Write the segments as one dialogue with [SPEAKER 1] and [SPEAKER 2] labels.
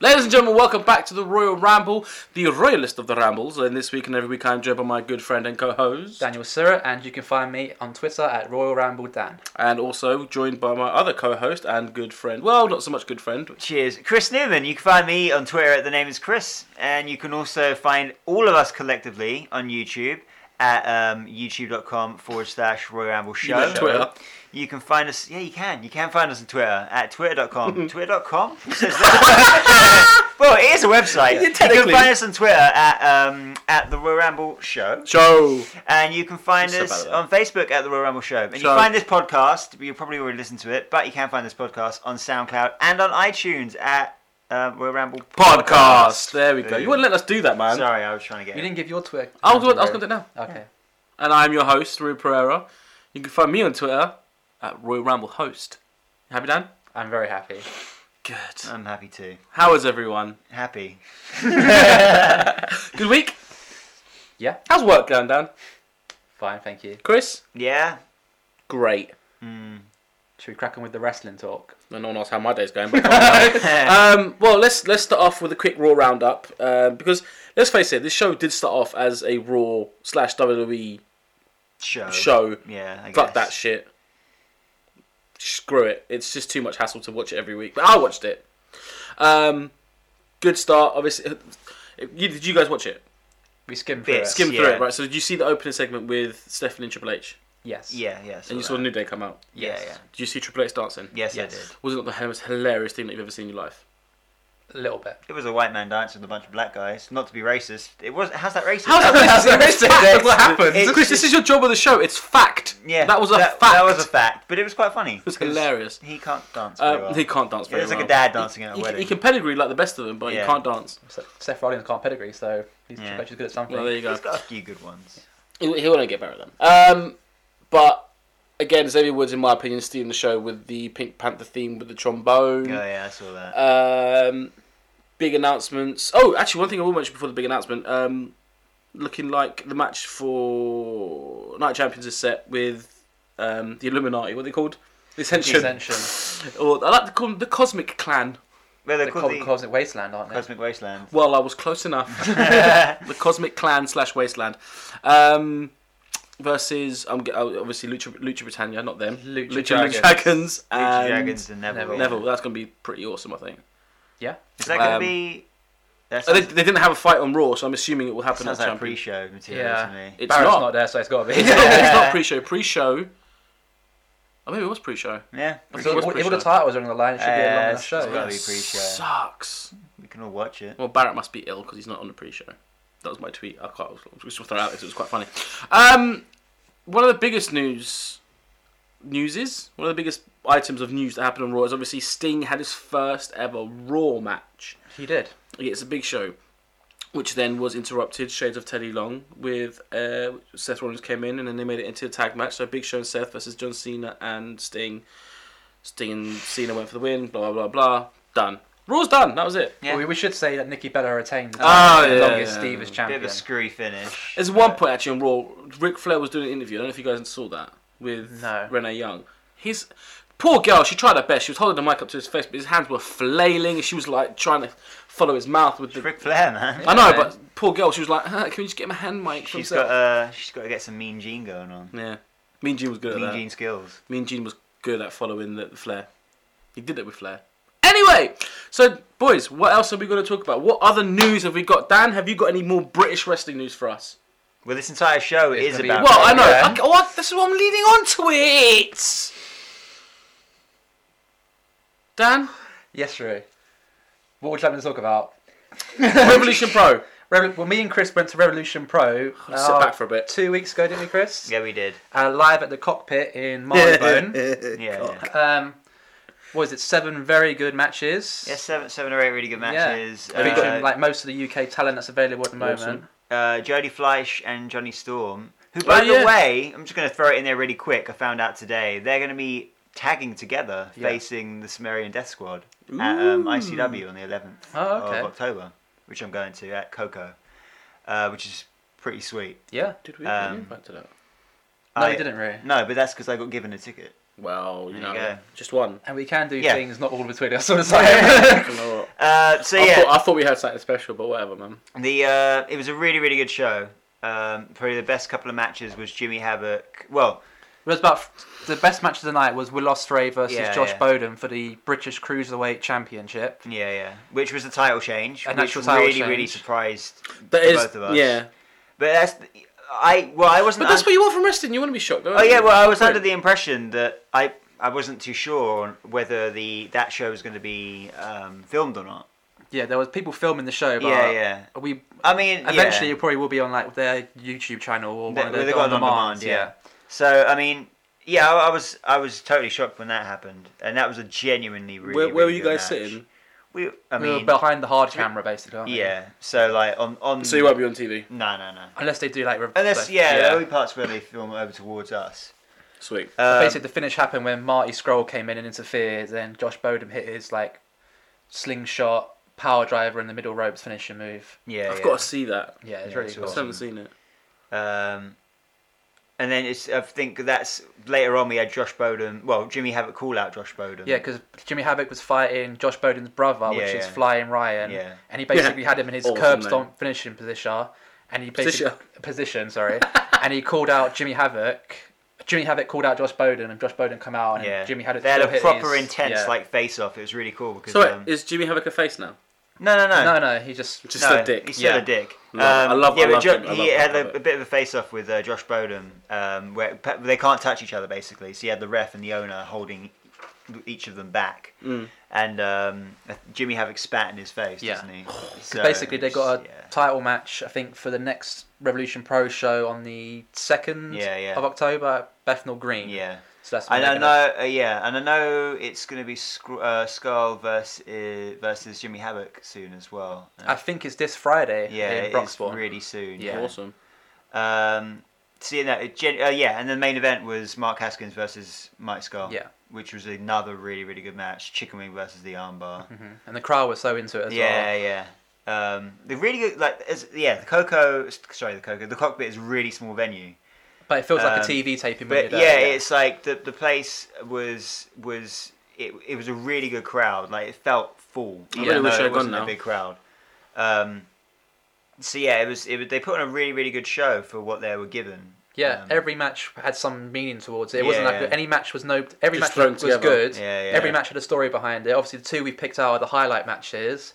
[SPEAKER 1] Ladies and gentlemen, welcome back to the Royal Ramble, the royalist of the rambles. And this week and every week, I'm joined by my good friend and co-host,
[SPEAKER 2] Daniel Surratt, and you can find me on Twitter at Royal Ramble Dan.
[SPEAKER 1] and also joined by my other co-host and good friend. Well, not so much good friend.
[SPEAKER 3] Cheers. Chris Newman. You can find me on Twitter at the name is Chris, and you can also find all of us collectively on YouTube at um, youtube.com forward slash Royal Ramble
[SPEAKER 1] You
[SPEAKER 3] Show.
[SPEAKER 1] meant Twitter.
[SPEAKER 3] You can find us. Yeah, you can. You can find us on Twitter at twitter.com. twitter.com? Who says that? well, it is a website.
[SPEAKER 1] Yeah,
[SPEAKER 3] you can
[SPEAKER 1] technically.
[SPEAKER 3] find us on Twitter at um, at the Royal Ramble Show.
[SPEAKER 1] Show.
[SPEAKER 3] And you can find
[SPEAKER 1] Just
[SPEAKER 3] us on
[SPEAKER 1] about
[SPEAKER 3] Facebook at The Royal Rumble Show. And you
[SPEAKER 1] So-
[SPEAKER 3] find this podcast, you probably already listened to it, but you can find this podcast on SoundCloud and on iTunes at um, Royal Ramble
[SPEAKER 1] Podcast. There we go.
[SPEAKER 3] Boom.
[SPEAKER 1] You wouldn't let us do that, man.
[SPEAKER 3] Sorry, I was trying to
[SPEAKER 2] You
[SPEAKER 3] get it.
[SPEAKER 2] didn't give your Twitter.
[SPEAKER 1] I was, gonna- I was going to do it now.
[SPEAKER 2] Okay.
[SPEAKER 1] And I'm your host, Rui Pereira. You can find me on Twitter at Royal Ramble Host. Happy, Dan?
[SPEAKER 2] I'm very happy.
[SPEAKER 1] Good.
[SPEAKER 3] I'm happy too.
[SPEAKER 1] How is everyone?
[SPEAKER 3] Happy.
[SPEAKER 1] Good week?
[SPEAKER 2] Yeah.
[SPEAKER 1] How's work going, Dan?
[SPEAKER 2] Fine, thank you.
[SPEAKER 1] Chris?
[SPEAKER 3] Yeah? Hmm.
[SPEAKER 1] Great.
[SPEAKER 2] Should we crack on with the wrestling talk?
[SPEAKER 1] No one knows how my day's going, but um, well, let's let's start off with a quick Raw roundup um, because let's face it, this show did start off as a Raw slash WWE
[SPEAKER 3] Show.
[SPEAKER 1] show.
[SPEAKER 3] Yeah, I guess.
[SPEAKER 1] Fuck that shit. Screw it. It's just too much hassle to watch it every week. But I watched it. Um, good start. Obviously, you, did you guys watch it?
[SPEAKER 2] We skimmed through
[SPEAKER 3] Bit.
[SPEAKER 2] it.
[SPEAKER 1] Skim through
[SPEAKER 3] Yeah.
[SPEAKER 1] it, right? So did you see the opening segment with Stephanie and Triple H?
[SPEAKER 2] Yes.
[SPEAKER 3] Yeah, yeah.
[SPEAKER 1] And you saw
[SPEAKER 3] that.
[SPEAKER 1] New Day come out.
[SPEAKER 3] Yeah,
[SPEAKER 2] Yes.
[SPEAKER 3] yeah.
[SPEAKER 1] Did you see Triple H dancing?
[SPEAKER 3] Yes,
[SPEAKER 2] Yes.
[SPEAKER 3] I did.
[SPEAKER 1] Was it not the most hilarious thing that you've ever seen in your life?
[SPEAKER 2] A little bit.
[SPEAKER 3] It was a white man dance with a bunch of black guys. Not to be racist. It was. How's that racist?
[SPEAKER 1] That's
[SPEAKER 3] That's
[SPEAKER 1] what happened.
[SPEAKER 3] It's
[SPEAKER 1] Chris, this is your job of the show. It's fact.
[SPEAKER 3] Yeah,
[SPEAKER 1] that was a
[SPEAKER 3] that,
[SPEAKER 1] fact.
[SPEAKER 3] That was a fact, but it was quite funny. It
[SPEAKER 1] was hilarious.
[SPEAKER 3] He can't dance. Very
[SPEAKER 1] Um,
[SPEAKER 3] well.
[SPEAKER 1] He can't dance very
[SPEAKER 3] It's like
[SPEAKER 1] well.
[SPEAKER 3] a dad dancing at a
[SPEAKER 1] He,
[SPEAKER 3] wedding.
[SPEAKER 1] he can pedigree like the best of them, but
[SPEAKER 3] Yeah.
[SPEAKER 1] he can't dance.
[SPEAKER 2] So Seth Rollins can't pedigree, so he's
[SPEAKER 3] Yeah.
[SPEAKER 2] yeah. good at something.
[SPEAKER 1] Well, there you go.
[SPEAKER 3] He's got a few good ones.
[SPEAKER 1] He, he wouldn't get better than. Um, but again, Xavier Woods, in my opinion, stealing the show with the Pink Panther theme with the trombone.
[SPEAKER 3] Oh yeah, I saw that.
[SPEAKER 1] Um, big announcements. Oh, actually, one thing I will mention before the big announcement. Um, looking like the match for Night Champions is set with um, the Illuminati. What are they called? The Ascension.
[SPEAKER 2] Ascension.
[SPEAKER 1] Or I like to call them the Cosmic Clan.
[SPEAKER 3] Well, they're
[SPEAKER 2] They're
[SPEAKER 3] called
[SPEAKER 2] called
[SPEAKER 3] the
[SPEAKER 2] Cosmic Wasteland, aren't they?
[SPEAKER 3] Cosmic Wasteland.
[SPEAKER 1] Well, I was close enough. the Cosmic Clan slash Wasteland. Um, versus, I'm g- oh, obviously Lucha, Lucha Britannia, not them.
[SPEAKER 2] Lucha
[SPEAKER 1] Dragons.
[SPEAKER 2] Dragons.
[SPEAKER 1] Dragons
[SPEAKER 3] Lucha
[SPEAKER 1] and
[SPEAKER 3] Dragons and Neville.
[SPEAKER 2] Neville.
[SPEAKER 1] Neville. That's going to be pretty awesome, I think.
[SPEAKER 2] Yeah.
[SPEAKER 3] Is that going to
[SPEAKER 1] Um,
[SPEAKER 3] be? That
[SPEAKER 1] Uh, They,
[SPEAKER 3] sounds,
[SPEAKER 1] they didn't have a fight on Raw, so I'm assuming it will happen
[SPEAKER 3] sounds
[SPEAKER 1] at
[SPEAKER 3] like
[SPEAKER 1] Champion.
[SPEAKER 3] pre-show material to me.
[SPEAKER 2] Yeah.
[SPEAKER 1] It's
[SPEAKER 2] Barrett's
[SPEAKER 1] not.
[SPEAKER 2] not. there, so it's got to be.
[SPEAKER 1] it's, not, it's
[SPEAKER 3] Yeah.
[SPEAKER 1] not pre-show. Pre-show. Oh, maybe it was pre-show.
[SPEAKER 3] yeah,
[SPEAKER 1] It's
[SPEAKER 2] So
[SPEAKER 1] not- It's
[SPEAKER 3] pre-show.
[SPEAKER 2] if all
[SPEAKER 1] pre-show.
[SPEAKER 2] the titles are on the line, it should be a long enough
[SPEAKER 3] Yeah, it's-
[SPEAKER 2] show.
[SPEAKER 3] it's gotta
[SPEAKER 2] yeah.
[SPEAKER 3] be pre-show.
[SPEAKER 1] Sucks.
[SPEAKER 3] we can all watch it.
[SPEAKER 1] Well, Barrett must be ill because he's not on the pre-show. That was my tweet. I can't. I was just gonna throw it out because it was quite funny. Um, one of the biggest news, news is one of the biggest items of news that happened on Raw is obviously Sting had his first ever Raw match.
[SPEAKER 2] He did.
[SPEAKER 1] Yeah, it's a big show, which then was interrupted. Shades of Teddy Long with uh, Seth Rollins came in, and then they made it into a tag match. So Big Show and Seth versus John Cena and Sting. Sting and Cena went for the win. Blah blah blah blah. Done. Raw's done. That was it.
[SPEAKER 3] Yeah.
[SPEAKER 2] We, we should say that Nikki Bella retained the
[SPEAKER 1] Ah,
[SPEAKER 2] title, the
[SPEAKER 1] yeah,
[SPEAKER 2] longest
[SPEAKER 1] yeah,
[SPEAKER 2] Steve
[SPEAKER 1] yeah.
[SPEAKER 2] as
[SPEAKER 3] Bit
[SPEAKER 2] champion.
[SPEAKER 3] of a screwy finish.
[SPEAKER 1] There's one point actually on Raw. Ric Flair was doing an interview. I don't know if you guys saw that with
[SPEAKER 2] No.
[SPEAKER 1] Renee Young. His poor girl. She tried her best. She was holding the mic up to his face, but his hands were flailing. She was like trying to follow his mouth with the.
[SPEAKER 3] Ric Flair, man.
[SPEAKER 1] I know,
[SPEAKER 2] Yeah.
[SPEAKER 1] but poor girl. She was like, "Huh, "Can we just get my hand mic?" for
[SPEAKER 3] She's
[SPEAKER 1] himself?"
[SPEAKER 3] got uh, she's got to get some Mean Gene going on.
[SPEAKER 1] Yeah. Mean Gene was good at
[SPEAKER 3] Mean
[SPEAKER 1] that.
[SPEAKER 3] Gene skills.
[SPEAKER 1] Mean Gene was good at following the, the flair. He did it with flair. Anyway, so boys, what else are we going to talk about? What other news have we got? Dan, have you got any more British wrestling news for us?
[SPEAKER 3] Well, this entire show
[SPEAKER 2] It's
[SPEAKER 3] is
[SPEAKER 2] gonna be-
[SPEAKER 3] about.
[SPEAKER 1] Well, I know.
[SPEAKER 3] Yeah.
[SPEAKER 1] Okay, oh, this is what I'm leading on to it. Dan,
[SPEAKER 2] Yes, Rui. What would you like me to talk about?
[SPEAKER 1] Revolution Pro.
[SPEAKER 2] Revol- well, me and Chris went to Revolution Pro.
[SPEAKER 3] Oh.
[SPEAKER 1] Let's sit
[SPEAKER 2] uh,
[SPEAKER 1] back for a bit.
[SPEAKER 2] Two weeks ago, didn't we, Chris?
[SPEAKER 3] Yeah, we did.
[SPEAKER 2] Uh, live at the cockpit in Marylebone.
[SPEAKER 3] Yeah, yeah.
[SPEAKER 2] um, what is it? Seven very good matches.
[SPEAKER 3] Yeah, seven, seven or eight really good matches.
[SPEAKER 2] Yeah. Featuring
[SPEAKER 3] Uh,
[SPEAKER 2] like most of the UK talent that's available at the moment.
[SPEAKER 1] Awesome.
[SPEAKER 3] uh, Jodie Fleisch and Johnny Storm, who, by
[SPEAKER 1] Oh, yeah.
[SPEAKER 3] the way, I'm just going to throw it in there really quick. I found out today they're going to be tagging together,
[SPEAKER 2] Yeah.
[SPEAKER 3] facing the Sumerian Death Squad at um, ICW on the 11th
[SPEAKER 2] Oh, okay.
[SPEAKER 3] of October, which I'm going to at Coco, uh, which is pretty sweet.
[SPEAKER 2] Yeah.
[SPEAKER 1] Did we
[SPEAKER 3] Um,
[SPEAKER 1] get back to that?
[SPEAKER 2] No,
[SPEAKER 3] I-
[SPEAKER 2] you didn't, Rui.
[SPEAKER 3] No, but that's because I got given a ticket.
[SPEAKER 1] Well, you
[SPEAKER 3] There you
[SPEAKER 1] know,
[SPEAKER 3] go.
[SPEAKER 1] just one.
[SPEAKER 2] And we can do
[SPEAKER 3] Yeah.
[SPEAKER 2] things not all with Twitter, so it's like.
[SPEAKER 1] You know what?
[SPEAKER 3] Uh, so
[SPEAKER 1] I,
[SPEAKER 3] yeah,
[SPEAKER 1] thought, I thought we had something special, but whatever, man.
[SPEAKER 3] The uh, it was a really really good show. Um, probably the best couple of matches was Jimmy Havoc. Well,
[SPEAKER 2] It was about the best match of the night was Will Ospreay versus
[SPEAKER 3] Yeah,
[SPEAKER 2] Josh
[SPEAKER 3] yeah.
[SPEAKER 2] Bowden for the British Cruiserweight Championship.
[SPEAKER 3] yeah, yeah, which was the title change,
[SPEAKER 2] An
[SPEAKER 3] which
[SPEAKER 2] actual title
[SPEAKER 3] really really
[SPEAKER 2] change.
[SPEAKER 3] surprised
[SPEAKER 1] That
[SPEAKER 3] the
[SPEAKER 1] is,
[SPEAKER 3] both of us.
[SPEAKER 1] yeah.
[SPEAKER 3] But that's I well I wasn't.
[SPEAKER 1] But that's
[SPEAKER 3] un-
[SPEAKER 1] what you want from wrestling. You want to be shocked.
[SPEAKER 3] oh yeah, well I was under the impression that I I wasn't too sure on whether the that show was going to be um, filmed or not.
[SPEAKER 2] Yeah, there was people filming the show, but
[SPEAKER 3] yeah, yeah.
[SPEAKER 2] we
[SPEAKER 3] I mean,
[SPEAKER 2] eventually
[SPEAKER 3] yeah.
[SPEAKER 2] it probably will be on like their YouTube channel or
[SPEAKER 3] They-
[SPEAKER 2] one of their
[SPEAKER 3] they got it on
[SPEAKER 2] on-demand,
[SPEAKER 3] demand, yeah. So I mean, yeah, I, I was I was totally shocked when that happened, and that was a genuinely really.
[SPEAKER 1] where where were
[SPEAKER 3] really
[SPEAKER 1] you
[SPEAKER 3] good
[SPEAKER 1] guys
[SPEAKER 3] match.
[SPEAKER 1] sitting?
[SPEAKER 3] We, I
[SPEAKER 2] we were
[SPEAKER 3] mean,
[SPEAKER 2] behind the hard camera basically. Aren't we?
[SPEAKER 3] yeah. So like on on.
[SPEAKER 1] So you won't be on TV.
[SPEAKER 3] No, no, no.
[SPEAKER 2] Unless they do like re-
[SPEAKER 3] Unless
[SPEAKER 2] like-
[SPEAKER 3] yeah,
[SPEAKER 1] yeah.
[SPEAKER 3] there will be parts where they film over towards us.
[SPEAKER 1] Sweet.
[SPEAKER 3] Um,
[SPEAKER 2] Basically, the finish happened when Marty Scroll came in and interfered. Then Josh Bowden hit his like slingshot power driver in the middle ropes finishing move.
[SPEAKER 3] yeah,
[SPEAKER 1] I've
[SPEAKER 3] yeah.
[SPEAKER 1] got to see that.
[SPEAKER 2] Yeah, it's
[SPEAKER 3] Yeah,
[SPEAKER 2] really
[SPEAKER 3] it's
[SPEAKER 1] I
[SPEAKER 2] cool.
[SPEAKER 1] just
[SPEAKER 3] awesome.
[SPEAKER 1] haven't seen it.
[SPEAKER 3] Um, and then it's I think that's later on we had Josh Bowden. Well, Jimmy Havoc call out Josh Bowden.
[SPEAKER 2] Yeah, because Jimmy Havoc was fighting Josh Bowden's brother, which
[SPEAKER 3] Yeah,
[SPEAKER 2] is
[SPEAKER 3] yeah.
[SPEAKER 2] Flying Ryan,
[SPEAKER 3] Yeah.
[SPEAKER 2] and he basically had him in his
[SPEAKER 1] Awesome
[SPEAKER 2] curb
[SPEAKER 1] name.
[SPEAKER 2] stomp finishing position, and he
[SPEAKER 1] Position.
[SPEAKER 2] basically position, sorry, and he called out Jimmy Havoc. Jimmy Havoc called out Josh Bowden, and Josh Bowden come out, and
[SPEAKER 3] Yeah.
[SPEAKER 2] Jimmy Havoc.
[SPEAKER 3] They had
[SPEAKER 2] still
[SPEAKER 3] a
[SPEAKER 2] hit
[SPEAKER 3] proper
[SPEAKER 2] his-
[SPEAKER 3] intense
[SPEAKER 2] yeah.
[SPEAKER 3] like face off. It was really cool because
[SPEAKER 1] So wait,
[SPEAKER 3] um,
[SPEAKER 1] is Jimmy Havoc a face now?
[SPEAKER 3] no, no, no,
[SPEAKER 2] No, no, he just
[SPEAKER 1] Just
[SPEAKER 3] No,
[SPEAKER 1] a dick.
[SPEAKER 3] He's still
[SPEAKER 2] Yeah.
[SPEAKER 3] a dick. Um,
[SPEAKER 1] No, I love- I
[SPEAKER 3] Yeah, but
[SPEAKER 1] love
[SPEAKER 3] Jo-
[SPEAKER 1] him. I
[SPEAKER 3] he
[SPEAKER 1] love- I
[SPEAKER 3] had
[SPEAKER 1] love
[SPEAKER 3] a,
[SPEAKER 1] it.
[SPEAKER 3] a bit of a face-off with uh, Josh Bowden, um, where pe- they can't touch each other basically. So you had the ref and the owner holding each of them back,
[SPEAKER 1] Mm.
[SPEAKER 3] and um, Jimmy Havoc spat in his face,
[SPEAKER 2] Yeah.
[SPEAKER 3] doesn't he? So
[SPEAKER 2] basically they
[SPEAKER 3] it's-
[SPEAKER 2] got a
[SPEAKER 3] yeah.
[SPEAKER 2] title match. I think for the next Revolution Pro show on the second
[SPEAKER 3] Yeah, yeah.
[SPEAKER 2] of October, at Bethnal Green.
[SPEAKER 3] Yeah,
[SPEAKER 2] so that's. when
[SPEAKER 3] and
[SPEAKER 2] they're
[SPEAKER 3] I
[SPEAKER 2] gonna-
[SPEAKER 3] know. Uh, yeah, and I know it's going to be Sc- uh, Skull versus uh, versus Jimmy Havoc soon as well.
[SPEAKER 2] I think it's this Friday.
[SPEAKER 3] yeah,
[SPEAKER 2] in
[SPEAKER 3] it's
[SPEAKER 2] Broxbourne.
[SPEAKER 3] really soon.
[SPEAKER 2] Yeah.
[SPEAKER 1] Awesome.
[SPEAKER 3] Um, so yeah, no, it gen- uh, yeah, and the main event was Mark Haskins versus Mike Skull.
[SPEAKER 2] Yeah.
[SPEAKER 3] which was another really really good match. Chicken wing versus the armbar.
[SPEAKER 2] Mhm. And the crowd was so into it as well.
[SPEAKER 3] yeah, yeah. Um, the really good like as, yeah, the Coco sorry the Coco the cockpit is a really small venue,
[SPEAKER 2] But it feels like
[SPEAKER 3] Um,
[SPEAKER 2] a TV taping. when
[SPEAKER 3] but
[SPEAKER 2] you're
[SPEAKER 3] yeah,
[SPEAKER 2] there,
[SPEAKER 3] it's like the the place was was it, it was a really good crowd. Like it felt full.
[SPEAKER 1] I
[SPEAKER 3] even
[SPEAKER 1] really wish
[SPEAKER 3] though
[SPEAKER 1] I'd
[SPEAKER 3] it wasn't
[SPEAKER 1] gone now.
[SPEAKER 3] a big crowd. Um, so yeah, it was it was, they put on a really really good show for what they were given.
[SPEAKER 2] Yeah,
[SPEAKER 3] Um,
[SPEAKER 2] every match had some meaning towards it. It wasn't
[SPEAKER 3] Yeah,
[SPEAKER 2] like
[SPEAKER 3] yeah.
[SPEAKER 2] any match was no. Every
[SPEAKER 1] Just
[SPEAKER 2] match
[SPEAKER 1] thrown
[SPEAKER 2] was
[SPEAKER 1] together.
[SPEAKER 2] good.
[SPEAKER 3] Yeah, yeah.
[SPEAKER 2] Every match had a story behind it. Obviously, the two we picked out are the highlight matches,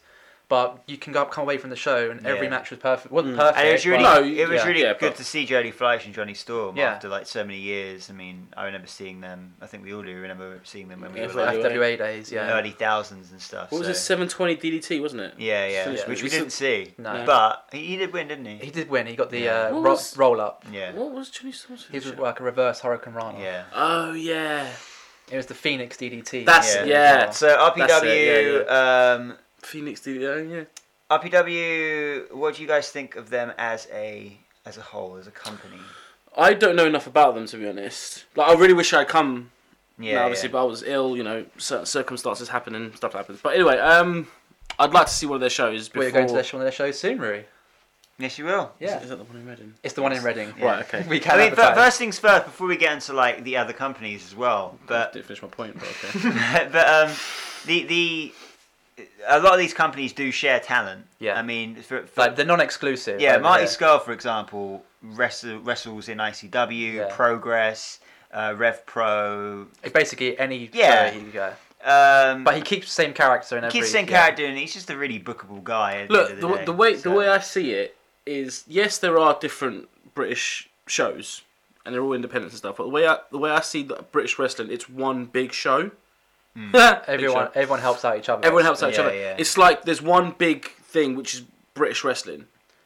[SPEAKER 2] but you can go come away from the show and every
[SPEAKER 3] Yeah.
[SPEAKER 2] match was perfect. wasn't
[SPEAKER 1] Mm.
[SPEAKER 2] perfect.
[SPEAKER 3] Uh, And it was really,
[SPEAKER 2] but-
[SPEAKER 1] No,
[SPEAKER 3] it was
[SPEAKER 2] yeah.
[SPEAKER 3] really
[SPEAKER 1] Yeah,
[SPEAKER 3] good
[SPEAKER 1] but-
[SPEAKER 3] to see Jody Fleisch and Johnny Storm
[SPEAKER 2] Yeah.
[SPEAKER 3] after like so many years. I mean, I remember seeing them. I think we all do remember seeing them when we
[SPEAKER 1] Yeah,
[SPEAKER 3] were
[SPEAKER 1] but-
[SPEAKER 3] like
[SPEAKER 2] FWA days. Yeah,
[SPEAKER 3] early thousands and stuff.
[SPEAKER 1] What was
[SPEAKER 3] so-
[SPEAKER 1] this? Seven twenty DDT, wasn't it?
[SPEAKER 3] Yeah, yeah,
[SPEAKER 1] Yeah.
[SPEAKER 3] which we
[SPEAKER 1] It's-
[SPEAKER 3] didn't see.
[SPEAKER 2] No.
[SPEAKER 3] But he he did win, didn't he?
[SPEAKER 2] he did win. He got the
[SPEAKER 3] Yeah.
[SPEAKER 2] uh,
[SPEAKER 1] What
[SPEAKER 2] ro-
[SPEAKER 1] was-
[SPEAKER 2] roll up.
[SPEAKER 3] Yeah,
[SPEAKER 1] What was Jimmy Storm's
[SPEAKER 2] He was
[SPEAKER 1] finisher?
[SPEAKER 2] like a reverse Hurricane Rana.
[SPEAKER 3] yeah.
[SPEAKER 1] Oh yeah,
[SPEAKER 2] It was the Phoenix DDT.
[SPEAKER 1] Oh. That's-
[SPEAKER 3] Yeah.
[SPEAKER 1] yeah.
[SPEAKER 3] So RPW,
[SPEAKER 1] it,
[SPEAKER 3] Um,
[SPEAKER 1] Phoenix DDT. Yeah.
[SPEAKER 3] RPW. What do you guys think of them as a as a whole, as a company?
[SPEAKER 1] I don't know enough about them to be honest. Like I really wish I'd come.
[SPEAKER 3] Yeah,
[SPEAKER 1] Yeah. obviously,
[SPEAKER 3] yeah.
[SPEAKER 1] but I was ill. You know, certain circumstances happen and stuff happens. But anyway, um, I'd like to see one of their shows before.
[SPEAKER 2] We're going to their show, one of their shows soon, Rui.
[SPEAKER 3] yes, you will.
[SPEAKER 1] Is,
[SPEAKER 2] Yeah,
[SPEAKER 1] is that the one in Reading?
[SPEAKER 2] it's the one in Reading.
[SPEAKER 3] Yeah.
[SPEAKER 1] Right. Okay.
[SPEAKER 2] We can
[SPEAKER 3] I mean, fir-
[SPEAKER 2] advertise.
[SPEAKER 3] first things first. Before we get into like the other companies as well, but
[SPEAKER 1] didn't finish my point. But okay.
[SPEAKER 3] but um, the the a lot of these companies do share talent.
[SPEAKER 2] Yeah.
[SPEAKER 3] I mean, for, for,
[SPEAKER 2] like they're non-exclusive.
[SPEAKER 3] yeah,
[SPEAKER 2] over
[SPEAKER 3] Marty
[SPEAKER 2] here.
[SPEAKER 3] Skull, for example, wrestle, wrestles in ICW,
[SPEAKER 2] Yeah.
[SPEAKER 3] Progress, uh, Rev Pro.
[SPEAKER 2] Basically, any
[SPEAKER 3] Yeah.
[SPEAKER 2] yeah. he can go.
[SPEAKER 3] Um,
[SPEAKER 2] But he keeps the same character in every.
[SPEAKER 3] keeps saying
[SPEAKER 2] yeah.
[SPEAKER 3] character, and he's just a really bookable guy. At
[SPEAKER 1] Look, the,
[SPEAKER 3] the, end
[SPEAKER 1] the,
[SPEAKER 3] of the, day,
[SPEAKER 1] way
[SPEAKER 3] so-
[SPEAKER 1] the way I see it is, yes, there are different British shows, and they're all independent and stuff. But the way I, the way I see the British wrestling, it's one big show. Big
[SPEAKER 2] Everyone,
[SPEAKER 1] show.
[SPEAKER 2] everyone helps out each other.
[SPEAKER 1] everyone helps out each
[SPEAKER 3] Hmm. Yeah,
[SPEAKER 1] other.
[SPEAKER 3] yeah.
[SPEAKER 1] It's like there's one big thing which is British wrestling.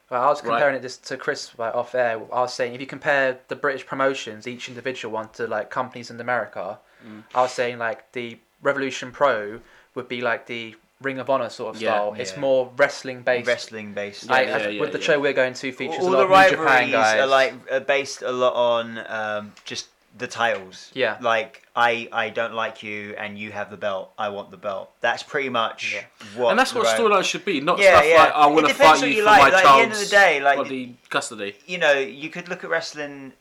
[SPEAKER 2] Well, I was
[SPEAKER 1] Right.
[SPEAKER 2] comparing it this to Chris like, off air. I was saying if you compare the British promotions, each individual one, to like companies in America,
[SPEAKER 1] Mm.
[SPEAKER 2] I was saying like the Revolution Pro would be like the Ring of Honor sort of
[SPEAKER 1] Yeah,
[SPEAKER 2] style. It's
[SPEAKER 3] yeah.
[SPEAKER 2] more wrestling based.
[SPEAKER 3] wrestling based.
[SPEAKER 2] I,
[SPEAKER 1] Yeah,
[SPEAKER 2] I-
[SPEAKER 1] yeah,
[SPEAKER 2] with the
[SPEAKER 1] yeah.
[SPEAKER 2] show we're going to features
[SPEAKER 3] all
[SPEAKER 2] a lot
[SPEAKER 3] the
[SPEAKER 2] of New Japan
[SPEAKER 3] rivalries
[SPEAKER 2] guys.
[SPEAKER 3] are like are based a lot on um, just the titles.
[SPEAKER 2] Yeah.
[SPEAKER 3] Like I I don't like you and you have the belt. I want the belt. That's pretty much what.
[SPEAKER 1] and that's
[SPEAKER 3] the
[SPEAKER 1] what
[SPEAKER 3] ro-
[SPEAKER 1] storyline should be, not
[SPEAKER 3] Yeah,
[SPEAKER 1] stuff
[SPEAKER 3] yeah.
[SPEAKER 1] like I
[SPEAKER 3] It
[SPEAKER 1] want to
[SPEAKER 3] depends
[SPEAKER 1] fight
[SPEAKER 3] what
[SPEAKER 1] you
[SPEAKER 3] you
[SPEAKER 1] for
[SPEAKER 3] like.
[SPEAKER 1] my
[SPEAKER 3] Like, at the end
[SPEAKER 1] child's
[SPEAKER 3] of the day, like-
[SPEAKER 1] body custody.
[SPEAKER 3] You know, you could look at wrestling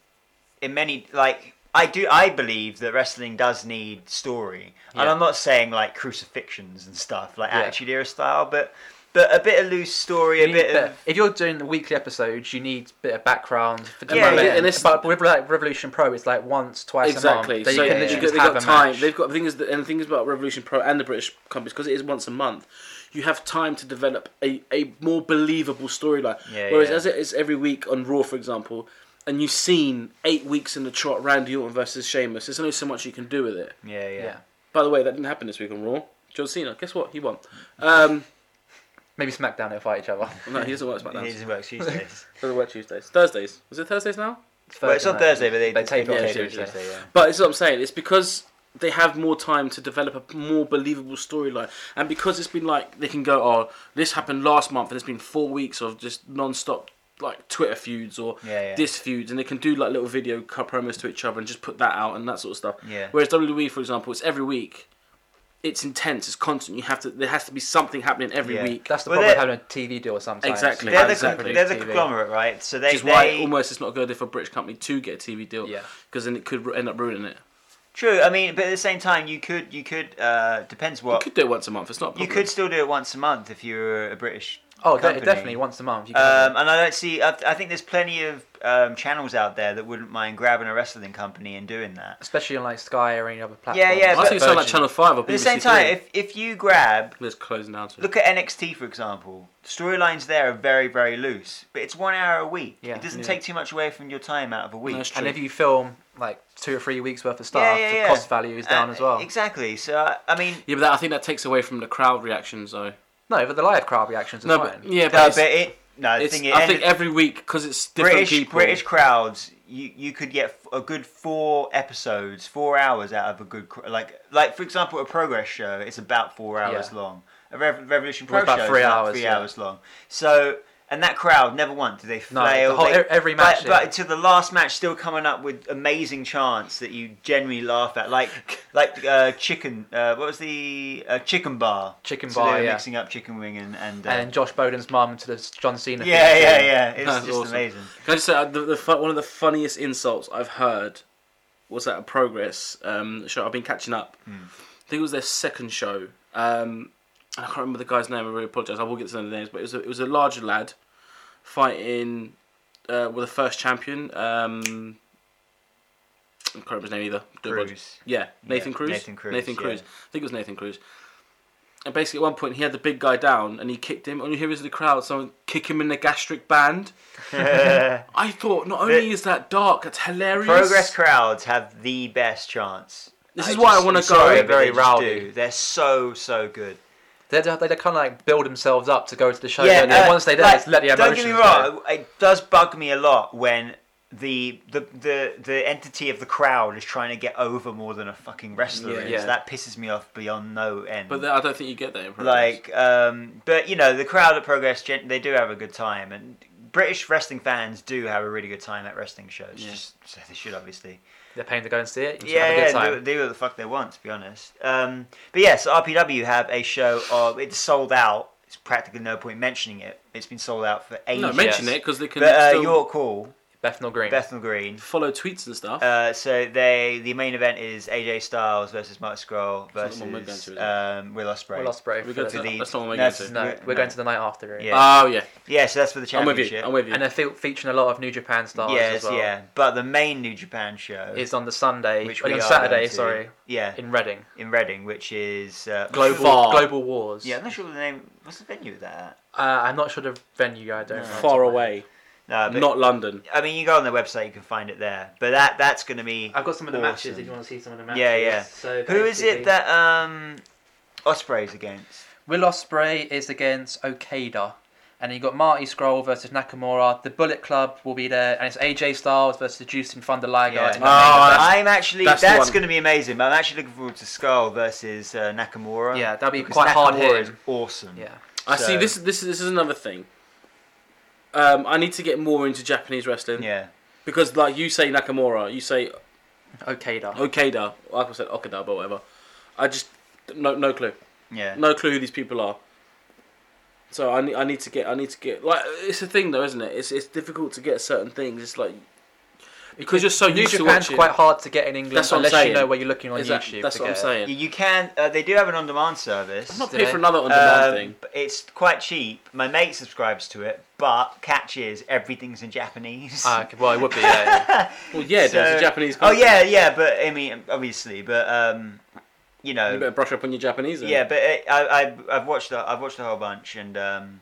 [SPEAKER 3] in many like. I do. I believe that wrestling does need story, and
[SPEAKER 1] Yeah.
[SPEAKER 3] I'm not saying like crucifixions and stuff like
[SPEAKER 2] Yeah.
[SPEAKER 3] Attitude Era style, but but a bit of loose story,
[SPEAKER 2] You
[SPEAKER 3] a
[SPEAKER 2] need
[SPEAKER 3] bit
[SPEAKER 2] bit-
[SPEAKER 3] of
[SPEAKER 2] if you're doing the weekly episodes, you need a bit of background for the
[SPEAKER 3] Yeah,
[SPEAKER 2] moment.
[SPEAKER 3] yeah,
[SPEAKER 1] and it's-
[SPEAKER 2] but with like Revolution Pro, it's like once, twice a
[SPEAKER 1] Exactly.
[SPEAKER 2] month. that
[SPEAKER 1] so
[SPEAKER 2] you can
[SPEAKER 1] they-
[SPEAKER 2] literally
[SPEAKER 1] they've
[SPEAKER 2] just have
[SPEAKER 1] got
[SPEAKER 2] a
[SPEAKER 1] time.
[SPEAKER 2] match.
[SPEAKER 1] They've got the thing is, that, and the thing is about Revolution Pro and the British companies because it is once a month. You have time to develop a, a more believable storyline.
[SPEAKER 3] Yeah,
[SPEAKER 1] Whereas
[SPEAKER 3] yeah.
[SPEAKER 1] as it is every week on Raw, for example, and you've seen eight weeks in the trot Randy Orton versus Sheamus, there's only so much you can do with it.
[SPEAKER 3] yeah, yeah.
[SPEAKER 2] yeah.
[SPEAKER 1] By the way, that didn't happen this week on Raw. John Cena, guess what? He won. Um,
[SPEAKER 2] Maybe SmackDown will fight each other.
[SPEAKER 1] no, he doesn't work SmackDown.
[SPEAKER 3] It doesn't work Tuesdays.
[SPEAKER 1] Doesn't work Tuesdays. Thursdays. Was it Thursdays now?
[SPEAKER 3] well, it's on
[SPEAKER 2] night.
[SPEAKER 3] Thursday, but they,
[SPEAKER 2] They tape it on
[SPEAKER 3] yeah,
[SPEAKER 2] Tuesday.
[SPEAKER 3] yeah.
[SPEAKER 1] But it's what I'm saying. It's because they have more time to develop a more believable storyline, and because it's been like they can go, oh, this happened last month, and it's been four weeks of just non-stop like Twitter feuds or
[SPEAKER 3] Yeah, yeah.
[SPEAKER 1] this feuds, and they can do like little video co- promos to each other and just put that out and that sort of stuff.
[SPEAKER 3] Yeah.
[SPEAKER 1] Whereas WWE, for example, it's every week. It's intense. It's constant. You have to. There has to be something happening every
[SPEAKER 3] Yeah.
[SPEAKER 1] week.
[SPEAKER 2] That's the
[SPEAKER 3] Well,
[SPEAKER 2] problem
[SPEAKER 3] they're-
[SPEAKER 2] with having a TV deal sometimes.
[SPEAKER 1] Exactly.
[SPEAKER 2] You
[SPEAKER 3] They're
[SPEAKER 2] can't
[SPEAKER 3] the,
[SPEAKER 1] Exactly.
[SPEAKER 3] they're
[SPEAKER 2] produce
[SPEAKER 3] the
[SPEAKER 2] TV.
[SPEAKER 3] conglomerate, right? So they,
[SPEAKER 1] Which is why
[SPEAKER 3] they
[SPEAKER 1] almost it's not good if a British company to get a TV deal.
[SPEAKER 2] Yeah.
[SPEAKER 1] Because then it could ru- end up ruining it.
[SPEAKER 3] true. I mean, but at the same time, you could you could uh, depends
[SPEAKER 1] You
[SPEAKER 3] what
[SPEAKER 1] could do it once a month. It's not. A
[SPEAKER 3] you
[SPEAKER 1] problem.
[SPEAKER 3] could still do it once a month if you're a British.
[SPEAKER 2] Oh, de-
[SPEAKER 3] company.
[SPEAKER 2] definitely once a month. You can have
[SPEAKER 3] Um, and I don't see. I, I think there's plenty of um, channels out there that wouldn't mind grabbing a wrestling company and doing
[SPEAKER 2] it,
[SPEAKER 3] that.
[SPEAKER 2] especially on like Sky or any other platform.
[SPEAKER 3] Yeah, yeah,
[SPEAKER 1] I think it sounds like
[SPEAKER 3] Virgin.
[SPEAKER 1] Channel Five or BBC
[SPEAKER 3] But at the same time,
[SPEAKER 1] Three.
[SPEAKER 3] if if you grab
[SPEAKER 1] Let's close now. To
[SPEAKER 3] Look at NXT for example. Storylines there are very, very loose, but it's one hour a week.
[SPEAKER 2] Yeah.
[SPEAKER 3] it doesn't
[SPEAKER 1] Yeah.
[SPEAKER 3] take too much away from your time out of a week.
[SPEAKER 1] No, it's
[SPEAKER 2] And
[SPEAKER 1] true.
[SPEAKER 2] if you film like two or three weeks worth of stuff,
[SPEAKER 3] Yeah, yeah, yeah.
[SPEAKER 2] the cost value is down
[SPEAKER 3] Uh,
[SPEAKER 2] as well.
[SPEAKER 3] Exactly. So I- I mean,
[SPEAKER 1] yeah, but that, I think that takes away from the crowd reactions, though.
[SPEAKER 2] No, but the live crowd reactions are
[SPEAKER 1] No,
[SPEAKER 2] fine.
[SPEAKER 1] but yeah,
[SPEAKER 3] no,
[SPEAKER 1] but,
[SPEAKER 3] but
[SPEAKER 1] it's,
[SPEAKER 3] it. No, the
[SPEAKER 1] it's-
[SPEAKER 3] thing is,
[SPEAKER 1] I think
[SPEAKER 3] and
[SPEAKER 1] every week because it's different
[SPEAKER 3] British
[SPEAKER 1] people.
[SPEAKER 3] British crowds, you you could get f- a good four episodes, four hours out of a good cr- like like for example a progress show. It's about four hours
[SPEAKER 2] Yeah.
[SPEAKER 3] long. A Rev- Revolution Pro
[SPEAKER 2] about
[SPEAKER 3] show
[SPEAKER 2] three
[SPEAKER 3] is about
[SPEAKER 2] hours,
[SPEAKER 3] three
[SPEAKER 2] yeah.
[SPEAKER 3] hours long. So. And that crowd never once do they
[SPEAKER 2] No, the
[SPEAKER 3] flail.
[SPEAKER 2] whole-
[SPEAKER 3] they-
[SPEAKER 2] e- every
[SPEAKER 3] but-
[SPEAKER 2] match, yeah.
[SPEAKER 3] but, to the last match, still coming up with amazing chants that you genuinely laugh at, like like uh, chicken. Uh, what was the uh, chicken bar?
[SPEAKER 2] Chicken
[SPEAKER 3] so
[SPEAKER 2] bar,
[SPEAKER 3] They were
[SPEAKER 2] yeah.
[SPEAKER 3] mixing up chicken wing and and, uh,
[SPEAKER 2] And then Josh Bowden's mum to the John Cena.
[SPEAKER 3] yeah,
[SPEAKER 2] theme
[SPEAKER 3] yeah,
[SPEAKER 2] tune.
[SPEAKER 3] yeah. It's
[SPEAKER 1] That's
[SPEAKER 3] just
[SPEAKER 1] awesome.
[SPEAKER 3] amazing.
[SPEAKER 1] Can I just say uh, the, the fu- one of the funniest insults I've heard was at a Progress um, show. I've been catching up.
[SPEAKER 3] Hmm.
[SPEAKER 1] I think it was their second show. Um, and I can't remember the guy's name. I really apologise. I will get to know the names, but it was a, it was a larger lad fighting uh, with the first champion. Um, I can't remember his name either. Do apologise.
[SPEAKER 3] Bruce.
[SPEAKER 1] Yeah, Nathan
[SPEAKER 3] Yeah,
[SPEAKER 1] Cruz.
[SPEAKER 3] Nathan Cruz,
[SPEAKER 1] Nathan
[SPEAKER 3] yeah.
[SPEAKER 1] Cruz. I think it was Nathan Cruz. And basically, at one point, he had the big guy down, and he kicked him. All you hear is the crowd, someone kick him in the gastric band. I thought, not only
[SPEAKER 3] The-
[SPEAKER 1] is that dark, it's hilarious.
[SPEAKER 3] Progress crowds have the best chance.
[SPEAKER 1] This is why I
[SPEAKER 3] just-
[SPEAKER 1] wanna
[SPEAKER 3] I'm
[SPEAKER 1] go.
[SPEAKER 3] sorry,
[SPEAKER 1] They're
[SPEAKER 3] but
[SPEAKER 2] very
[SPEAKER 3] they just
[SPEAKER 2] rowdy.
[SPEAKER 3] do. They're so so good.
[SPEAKER 2] They they kind of like build themselves up to go to the show. Yeah, and
[SPEAKER 3] uh,
[SPEAKER 2] once they do,
[SPEAKER 3] like,
[SPEAKER 2] just let the
[SPEAKER 3] don't
[SPEAKER 2] emotions
[SPEAKER 3] get me
[SPEAKER 2] go.
[SPEAKER 3] wrong. It does bug me a lot when the, the the the entity of the crowd is trying to get over more than a fucking wrestler
[SPEAKER 1] Yeah.
[SPEAKER 3] is.
[SPEAKER 2] Yeah.
[SPEAKER 3] That pisses me off beyond no end.
[SPEAKER 1] But th- I don't think you get that in progress.
[SPEAKER 3] like, um, but you know, the crowd at Progress, gen- they do have a good time, and British wrestling fans do have a really good time at wrestling shows.
[SPEAKER 1] Yeah.
[SPEAKER 3] Just, so they should obviously.
[SPEAKER 2] They're paying to go and see it. You
[SPEAKER 3] yeah,
[SPEAKER 2] have a
[SPEAKER 3] yeah,
[SPEAKER 2] good time.
[SPEAKER 3] Do, do what the fuck they want, to be honest. Um, but yes, RPW have a show of it's sold out. It's practically no point mentioning it. It's been sold out for ages.
[SPEAKER 1] no, mention it because they can
[SPEAKER 3] But uh,
[SPEAKER 1] still
[SPEAKER 3] York Hall,
[SPEAKER 2] Bethnal Green.
[SPEAKER 3] Bethnal Green.
[SPEAKER 1] follow tweets and stuff.
[SPEAKER 3] Uh, so they the main event is AJ Styles versus Mark Scroll
[SPEAKER 1] That's
[SPEAKER 3] versus
[SPEAKER 1] not what we're going to, is it?
[SPEAKER 3] um, Will Ospreay.
[SPEAKER 2] Will Ospreay.
[SPEAKER 1] we
[SPEAKER 2] for
[SPEAKER 1] go
[SPEAKER 2] the-
[SPEAKER 1] to
[SPEAKER 3] the-
[SPEAKER 1] that's not what we're
[SPEAKER 3] no,
[SPEAKER 1] going to.
[SPEAKER 3] it's
[SPEAKER 2] No,
[SPEAKER 3] Yeah.
[SPEAKER 2] we're going to the night after.
[SPEAKER 3] Yeah.
[SPEAKER 1] Oh yeah,
[SPEAKER 3] Yeah, so that's for the
[SPEAKER 1] I'm with
[SPEAKER 3] championship.
[SPEAKER 1] you. I'm with you.
[SPEAKER 2] And they're fe- featuring a lot of New Japan stars
[SPEAKER 3] yes,
[SPEAKER 2] as well.
[SPEAKER 3] yeah. But the main New Japan show
[SPEAKER 2] Is on the Sunday,
[SPEAKER 3] which
[SPEAKER 2] well,
[SPEAKER 3] we
[SPEAKER 2] on
[SPEAKER 3] are
[SPEAKER 2] Saturday,
[SPEAKER 3] going to-
[SPEAKER 2] sorry,
[SPEAKER 3] Yeah, in,
[SPEAKER 2] in Reading.
[SPEAKER 3] Reading, which is uh,
[SPEAKER 2] Global
[SPEAKER 1] Far.
[SPEAKER 2] Global Wars.
[SPEAKER 3] Yeah, I'm not sure what the name. What's the venue of that? at?
[SPEAKER 2] Uh, I'm not sure the venue. I don't.
[SPEAKER 3] No.
[SPEAKER 2] know.
[SPEAKER 1] far away,
[SPEAKER 3] No, but
[SPEAKER 1] not London.
[SPEAKER 3] I mean, you go on their website, you can find it there. But that that's going to be.
[SPEAKER 2] I've got some of the matches.
[SPEAKER 3] Awesome.
[SPEAKER 2] If you want to see some of the matches.
[SPEAKER 3] Yeah, yeah.
[SPEAKER 2] So
[SPEAKER 3] Who is
[SPEAKER 2] basically-
[SPEAKER 3] it that um Osprey's against?
[SPEAKER 2] Will Ospreay is against Okada. And you got Marty Scroll versus Nakamura. The Bullet Club will be there. And it's AJ Styles versus Justin Thunder Liger.
[SPEAKER 3] Yeah.
[SPEAKER 2] in the
[SPEAKER 1] Oh,
[SPEAKER 2] main event.
[SPEAKER 1] that's-
[SPEAKER 3] I'm actually
[SPEAKER 1] that's
[SPEAKER 3] that's,
[SPEAKER 1] the one.
[SPEAKER 3] going to be amazing. But I'm actually looking forward to Skull versus uh, Nakamura.
[SPEAKER 2] Yeah, that'll be
[SPEAKER 3] because
[SPEAKER 2] quite
[SPEAKER 3] Nakamura
[SPEAKER 2] hard
[SPEAKER 3] is
[SPEAKER 2] hitting.
[SPEAKER 3] awesome.
[SPEAKER 2] Yeah.
[SPEAKER 1] I see.
[SPEAKER 3] So-
[SPEAKER 1] This this this is another thing. Um, I need to get more into Japanese wrestling
[SPEAKER 3] yeah,
[SPEAKER 1] because, like you say, Nakamura, you say
[SPEAKER 2] Okada.
[SPEAKER 1] Okada, like I said, Okada, but whatever. I just no no clue.
[SPEAKER 3] yeah.
[SPEAKER 1] no clue who these people are. So I need, I need to get I need to get like it's a thing though isn't it? It's it's difficult to get certain things. It's like because you're so
[SPEAKER 2] New
[SPEAKER 1] used to
[SPEAKER 2] Japan's
[SPEAKER 1] watching.
[SPEAKER 2] quite hard to get in England
[SPEAKER 1] That's what I'm
[SPEAKER 2] unless you
[SPEAKER 1] saying.
[SPEAKER 2] know where you're looking on
[SPEAKER 1] Exact-
[SPEAKER 2] YouTube.
[SPEAKER 1] That's
[SPEAKER 2] to
[SPEAKER 1] what I'm
[SPEAKER 2] get it.
[SPEAKER 1] saying.
[SPEAKER 3] You, you can. Uh, they do have an on-demand service.
[SPEAKER 1] I'm not
[SPEAKER 2] Do
[SPEAKER 1] paying
[SPEAKER 2] they?
[SPEAKER 1] for another on demand
[SPEAKER 3] Um,
[SPEAKER 1] thing.
[SPEAKER 3] but It's quite cheap. My mate subscribes to it, but catch is everything's in Japanese.
[SPEAKER 2] Ah, okay, well, it would be. Yeah, yeah.
[SPEAKER 1] Well, yeah,
[SPEAKER 3] So-
[SPEAKER 1] there's a Japanese.
[SPEAKER 3] Oh
[SPEAKER 1] Content.
[SPEAKER 3] yeah, yeah, but I mean, obviously, but um, you know,
[SPEAKER 1] You better brush up on your Japanese. Then.
[SPEAKER 3] yeah, but it, I, I I've watched the, I've watched a whole bunch, and um,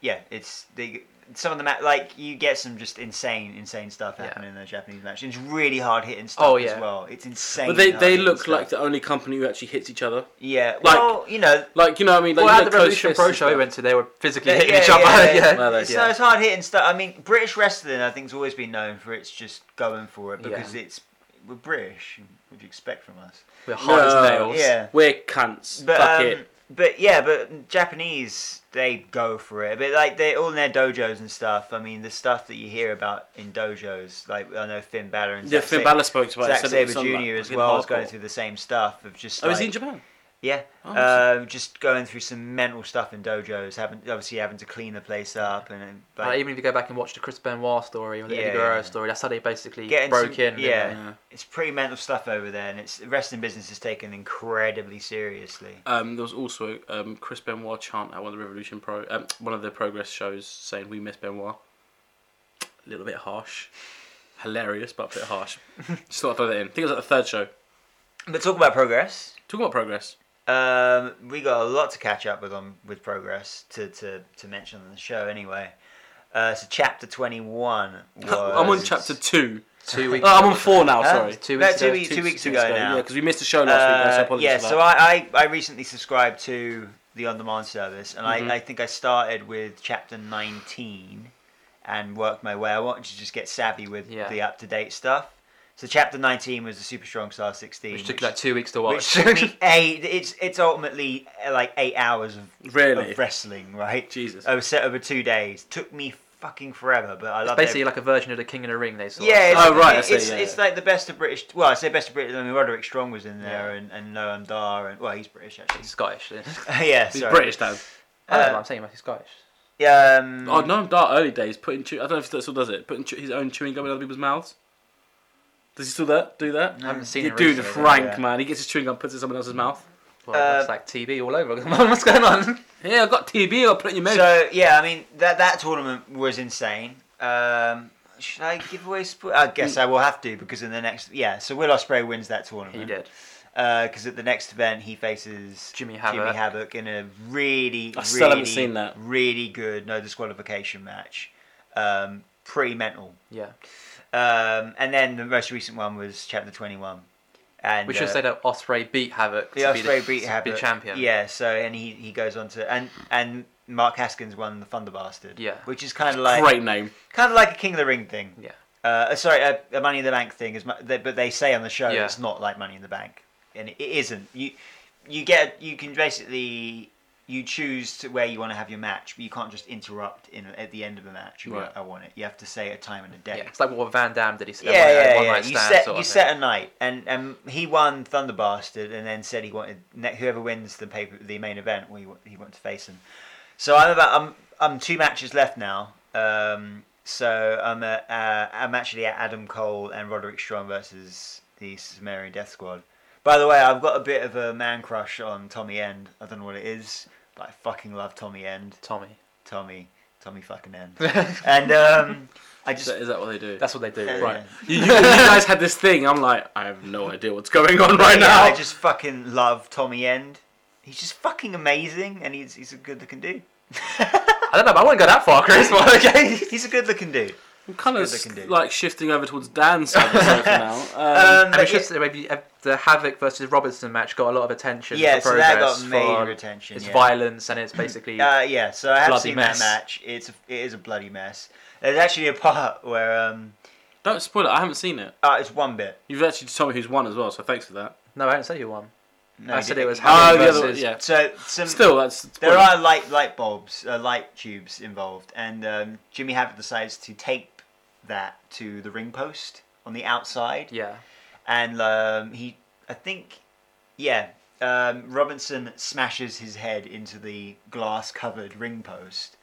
[SPEAKER 3] yeah, it's the some of the ma- like you get some just insane, insane stuff
[SPEAKER 2] Yeah.
[SPEAKER 3] happening in the Japanese match. It's really hard hitting stuff
[SPEAKER 2] Oh,
[SPEAKER 3] as
[SPEAKER 2] yeah.
[SPEAKER 3] well. It's insane.
[SPEAKER 1] But they, they
[SPEAKER 3] hard-hitting
[SPEAKER 1] look
[SPEAKER 3] stuff.
[SPEAKER 1] like the only company who actually hits each other.
[SPEAKER 3] yeah. Well, you know,
[SPEAKER 1] Like you know what I mean? Like,
[SPEAKER 2] well,
[SPEAKER 1] you
[SPEAKER 2] at the
[SPEAKER 1] know, closed
[SPEAKER 2] Revolution Pro
[SPEAKER 1] fists
[SPEAKER 2] show
[SPEAKER 1] and
[SPEAKER 2] we went to, they were physically
[SPEAKER 3] Yeah,
[SPEAKER 2] hitting
[SPEAKER 3] yeah,
[SPEAKER 2] each other.
[SPEAKER 3] yeah,
[SPEAKER 2] Yeah,
[SPEAKER 3] yeah.
[SPEAKER 1] Well, that's-
[SPEAKER 3] it's,
[SPEAKER 1] yeah.
[SPEAKER 3] it's hard hitting stuff. I mean, British wrestling, I think, has always been known for its just going for it
[SPEAKER 2] Yeah.
[SPEAKER 3] because it's we're British. and What do you expect from us?
[SPEAKER 2] We're hard
[SPEAKER 1] No,
[SPEAKER 2] as nails.
[SPEAKER 3] yeah.
[SPEAKER 1] stuff. We're cunts.
[SPEAKER 3] But
[SPEAKER 1] Fuck
[SPEAKER 3] um,
[SPEAKER 1] it.
[SPEAKER 3] but yeah, but Japanese they go for it. But like they all in their dojos and stuff. I mean, the stuff that you hear about in dojos, like I know Finn Balor and
[SPEAKER 1] Yeah,
[SPEAKER 3] Zack
[SPEAKER 1] Finn
[SPEAKER 3] Sa-
[SPEAKER 1] Balor spoke about it.
[SPEAKER 3] Zack
[SPEAKER 1] said it
[SPEAKER 3] Sabre
[SPEAKER 1] was
[SPEAKER 3] Jr.
[SPEAKER 1] on, like,
[SPEAKER 3] as
[SPEAKER 1] fucking
[SPEAKER 3] well was
[SPEAKER 1] hardcore.
[SPEAKER 3] going through the same stuff of just.
[SPEAKER 1] Oh, is
[SPEAKER 3] like-
[SPEAKER 1] he in Japan?
[SPEAKER 3] Yeah,
[SPEAKER 1] Oh,
[SPEAKER 3] um, just going through some mental stuff in dojos, having obviously having to clean the place up and and,
[SPEAKER 2] Like, even if you go back and watch the Chris Benoit story or the
[SPEAKER 3] Yeah.
[SPEAKER 2] Eddie Guerrero story, that's how they basically
[SPEAKER 3] Getting
[SPEAKER 2] broke
[SPEAKER 3] some-
[SPEAKER 2] in. didn't
[SPEAKER 3] yeah.
[SPEAKER 2] they?
[SPEAKER 1] Yeah.
[SPEAKER 3] It's pretty mental stuff over there, and it's the wrestling business is taken incredibly seriously.
[SPEAKER 1] Um, there was also um, Chris Benoit chant at one of the Revolution Pro, um, one of the Progress shows, saying "We miss Benoit." A little bit harsh, hilarious, but a bit harsh. Just thought I'd throw that in. I think it was at the third show.
[SPEAKER 3] But talk about progress.
[SPEAKER 1] Talking about Progress,
[SPEAKER 3] Um, we got a lot to catch up with on with progress to, to, to mention on the show anyway. Uh, so chapter twenty one.
[SPEAKER 1] I'm on chapter two.
[SPEAKER 2] Two
[SPEAKER 1] Uh,
[SPEAKER 2] weeks.
[SPEAKER 1] I'm on four now.
[SPEAKER 3] Huh?
[SPEAKER 1] Sorry,
[SPEAKER 2] Two
[SPEAKER 3] No,
[SPEAKER 2] weeks
[SPEAKER 3] two
[SPEAKER 2] ago.
[SPEAKER 3] weeks, two weeks ago now.
[SPEAKER 1] Yeah, because we missed the show last week. guys, So
[SPEAKER 3] Uh,
[SPEAKER 1] apologies
[SPEAKER 3] yeah,
[SPEAKER 1] for that.
[SPEAKER 3] so I, I, I recently subscribed to the on demand service, and
[SPEAKER 1] Mhm.
[SPEAKER 3] I, I think I started with chapter 19 and worked my way. I wanted to just get savvy with
[SPEAKER 2] Yeah.
[SPEAKER 3] the up to date stuff. So, chapter 19 was the Super Strong Star 16.
[SPEAKER 2] Which took like two weeks to
[SPEAKER 3] which
[SPEAKER 2] watch.
[SPEAKER 3] took me eight. It's it's ultimately uh, like eight hours of,
[SPEAKER 1] Really?
[SPEAKER 3] of wrestling, right?
[SPEAKER 1] Jesus.
[SPEAKER 3] Over set over two days. Took me fucking forever, but I
[SPEAKER 2] It's
[SPEAKER 3] love
[SPEAKER 2] basically like a version of the King of the Ring. They sort
[SPEAKER 3] yeah,
[SPEAKER 2] Of.
[SPEAKER 3] it's,
[SPEAKER 1] Oh, right, I
[SPEAKER 3] it's,
[SPEAKER 1] see,
[SPEAKER 3] it's,
[SPEAKER 1] yeah,
[SPEAKER 3] it's
[SPEAKER 1] yeah.
[SPEAKER 3] like the best of British. Well, I say best of British. I mean, Roderick Strong was in there,
[SPEAKER 2] Yeah.
[SPEAKER 3] and, and Noam Dar, and well, he's British actually.
[SPEAKER 2] He's Scottish. then.
[SPEAKER 3] yeah,
[SPEAKER 1] He's
[SPEAKER 3] sorry.
[SPEAKER 1] British, Dan.
[SPEAKER 2] I don't know.
[SPEAKER 3] Uh,
[SPEAKER 2] I'm saying he's Scottish.
[SPEAKER 3] Um,
[SPEAKER 1] Oh no, I'm dark early days. Putting chew- I don't know if that still does it. Putting chew- his own chewing gum in other people's mouths. Does he still that do that?
[SPEAKER 2] I
[SPEAKER 3] Mm.
[SPEAKER 2] haven't seen
[SPEAKER 1] You
[SPEAKER 2] it
[SPEAKER 1] dude,
[SPEAKER 2] recently,
[SPEAKER 1] Frank,
[SPEAKER 3] yeah.
[SPEAKER 1] man, he gets his chewing gum, puts it in someone else's mouth.
[SPEAKER 2] Well,
[SPEAKER 3] uh,
[SPEAKER 2] that's like TB all over. What's going on?
[SPEAKER 1] Yeah, I've got TB. I'll put it in your mouth.
[SPEAKER 3] So yeah, I mean that that tournament was insane. Um, should I give away? Spo- I
[SPEAKER 1] Mm.
[SPEAKER 3] guess I will have to because in the next yeah. So Will Ospreay wins that tournament.
[SPEAKER 2] He did.
[SPEAKER 3] because Uh, at the next event he faces
[SPEAKER 2] Jimmy Havoc.
[SPEAKER 3] Jimmy Havoc in a really,
[SPEAKER 1] I
[SPEAKER 3] really,
[SPEAKER 1] still haven't seen that.
[SPEAKER 3] really good no disqualification match. Um, pretty mental.
[SPEAKER 2] Yeah.
[SPEAKER 3] Um, and then the most recent one was Chapter Twenty One, and
[SPEAKER 2] We should
[SPEAKER 3] uh,
[SPEAKER 2] say that Osprey beat Havoc.
[SPEAKER 3] the
[SPEAKER 2] to
[SPEAKER 3] Osprey
[SPEAKER 2] be
[SPEAKER 3] beat
[SPEAKER 2] the,
[SPEAKER 3] Havoc,
[SPEAKER 2] To be champion.
[SPEAKER 3] Yeah, so and he, he goes on to and and Mark Haskins won the Thunder Bastard.
[SPEAKER 2] Yeah.
[SPEAKER 3] which is kind of like
[SPEAKER 1] Great name.
[SPEAKER 3] kind of like a King of the Ring thing.
[SPEAKER 2] Yeah.
[SPEAKER 3] Uh, uh, sorry, a, a Money in the Bank thing is, mu- they, but they say on the show
[SPEAKER 2] Yeah.
[SPEAKER 3] it's not like Money in the Bank, and it, it isn't. You you get you can basically you choose to where you want to have your match, but you can't just interrupt in at the end of a match. You go,
[SPEAKER 1] Right.
[SPEAKER 3] I want it. You have to say a time and a
[SPEAKER 2] Yeah,
[SPEAKER 3] date.
[SPEAKER 2] It's like what Van Damme did. He said
[SPEAKER 3] Yeah,
[SPEAKER 2] that one-
[SPEAKER 3] yeah,
[SPEAKER 2] that
[SPEAKER 3] yeah.
[SPEAKER 2] one night
[SPEAKER 3] You
[SPEAKER 2] stand
[SPEAKER 3] set
[SPEAKER 2] sort
[SPEAKER 3] you
[SPEAKER 2] of
[SPEAKER 3] set
[SPEAKER 2] thing.
[SPEAKER 3] a night, and and he won Thunder Bastard, and then said he wanted ne- whoever wins the paper the main event, we wa- he wanted to face him. So I'm about I'm I'm two matches left now. Um, so I'm at, uh, I'm actually at Adam Cole and Roderick Strong versus the Sumerian Death Squad. By the way, I've got a bit of a man crush on Tommy End. I don't know what it is, but I fucking love Tommy End.
[SPEAKER 2] Tommy.
[SPEAKER 3] Tommy, Tommy fucking End. and um, I
[SPEAKER 1] Is
[SPEAKER 3] just
[SPEAKER 1] that- is that what they do?
[SPEAKER 2] That's what they do.
[SPEAKER 3] Yeah.
[SPEAKER 2] Right.
[SPEAKER 1] right. You, you, you guys had this thing. I'm like, I have no idea what's going on right
[SPEAKER 3] Yeah,
[SPEAKER 1] now.
[SPEAKER 3] I just fucking love Tommy End. He's just fucking amazing, and he's he's a good looking dude.
[SPEAKER 2] I don't know. but I wouldn't go that far, Chris. But okay.
[SPEAKER 3] he's a good looking dude.
[SPEAKER 1] I'm kind
[SPEAKER 3] Good looking
[SPEAKER 1] of
[SPEAKER 3] dude.
[SPEAKER 1] like shifting over towards Dan's side of the sofa now. Um,
[SPEAKER 3] Um,
[SPEAKER 2] And
[SPEAKER 3] but
[SPEAKER 2] it's
[SPEAKER 3] yeah,
[SPEAKER 2] just maybe uh, the Havoc versus Robertson match got a lot of attention.
[SPEAKER 3] yeah,
[SPEAKER 2] for
[SPEAKER 3] so that
[SPEAKER 2] progress
[SPEAKER 3] got major
[SPEAKER 2] for
[SPEAKER 3] attention.
[SPEAKER 2] It's
[SPEAKER 3] yeah.
[SPEAKER 2] violence and it's basically
[SPEAKER 3] Uh, yeah, so I have
[SPEAKER 2] Bloody
[SPEAKER 3] seen
[SPEAKER 2] mess.
[SPEAKER 3] that match. It's a, it is a bloody mess. There's actually a part where um,
[SPEAKER 1] don't spoil it. I haven't seen it.
[SPEAKER 3] oh, it's one bit.
[SPEAKER 1] You've actually told me who's won as well, so thanks for that.
[SPEAKER 2] no, I haven't said who won.
[SPEAKER 3] No,
[SPEAKER 2] I
[SPEAKER 3] you
[SPEAKER 2] said
[SPEAKER 3] didn't.
[SPEAKER 2] it was
[SPEAKER 1] Oh,
[SPEAKER 2] Havoc
[SPEAKER 1] the other
[SPEAKER 2] versus
[SPEAKER 1] yeah.
[SPEAKER 3] So some,
[SPEAKER 1] Still, that's
[SPEAKER 3] Um, there
[SPEAKER 1] spoiler.
[SPEAKER 3] are light light bulbs, uh, light tubes involved, and um, Jimmy Havoc decides to tape that to the ring post on the outside.
[SPEAKER 2] yeah.
[SPEAKER 3] and um, he, I think, yeah, um, Robinson smashes his head into the glass-covered ring post,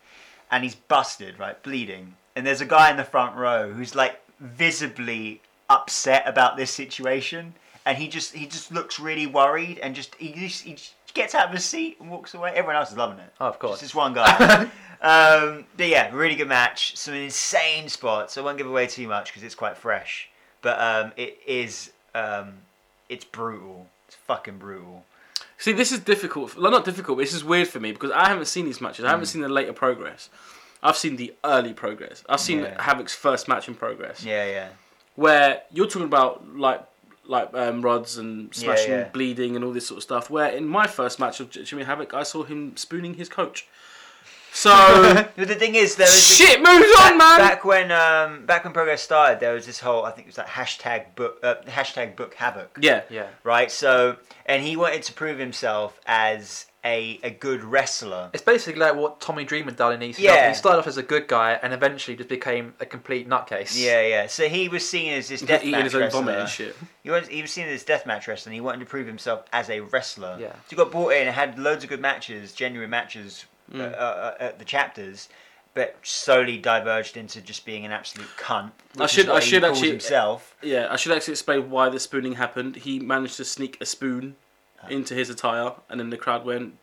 [SPEAKER 3] and he's busted, right, bleeding. And there's a guy in the front row who's like visibly upset about this situation, and he just he just looks really worried, and just he just, he just gets out of his seat and walks away. Everyone else is loving it.
[SPEAKER 2] Oh, of course.
[SPEAKER 3] just this one guy. um, but yeah, really good match. Some insane spots. I won't give away too much because it's quite fresh, but um, it is um, it's brutal. It's fucking brutal.
[SPEAKER 1] See, this is difficult. Well, not difficult, but this is weird for me because I haven't seen these matches. I haven't
[SPEAKER 3] Mm.
[SPEAKER 1] seen the later progress. I've seen the early progress. I've seen
[SPEAKER 3] Yeah.
[SPEAKER 1] Havoc's first match in progress,
[SPEAKER 3] Yeah, yeah.
[SPEAKER 1] where you're talking about like like um, rods and smashing,
[SPEAKER 3] yeah.
[SPEAKER 1] bleeding, and all this sort of stuff. Where in my first match of J- Jimmy Havoc, I saw him spooning his coach. So
[SPEAKER 3] But the thing is, there is this-
[SPEAKER 1] shit moves on, man.
[SPEAKER 3] back, back when um, back when progress started, there was this whole I think it was like hashtag book uh, hashtag book havoc.
[SPEAKER 1] Yeah,
[SPEAKER 2] Yeah.
[SPEAKER 3] Right. So and he wanted to prove himself as a a good wrestler.
[SPEAKER 2] It's basically like what Tommy Dreamer done in ECW.
[SPEAKER 3] Yeah.
[SPEAKER 2] He started off as a good guy and eventually just became a complete nutcase.
[SPEAKER 3] Yeah, yeah. So he was seen as this deathmatch
[SPEAKER 1] eating his own vomit
[SPEAKER 3] wrestler.
[SPEAKER 1] and shit.
[SPEAKER 3] He was he was seen as this deathmatch wrestler. and He wanted to prove himself as a wrestler.
[SPEAKER 2] Yeah.
[SPEAKER 3] So he got brought in and had loads of good matches, genuine matches
[SPEAKER 1] Mm.
[SPEAKER 3] uh, uh, uh, at the chapters. But slowly diverged into just being an absolute cunt. which is
[SPEAKER 1] should-
[SPEAKER 3] what
[SPEAKER 1] I
[SPEAKER 3] he
[SPEAKER 1] should
[SPEAKER 3] calls
[SPEAKER 1] actually-
[SPEAKER 3] himself.
[SPEAKER 1] Yeah, I should actually explain why the spooning happened. He managed to sneak a spoon
[SPEAKER 3] Oh.
[SPEAKER 1] into his attire, and then the crowd went,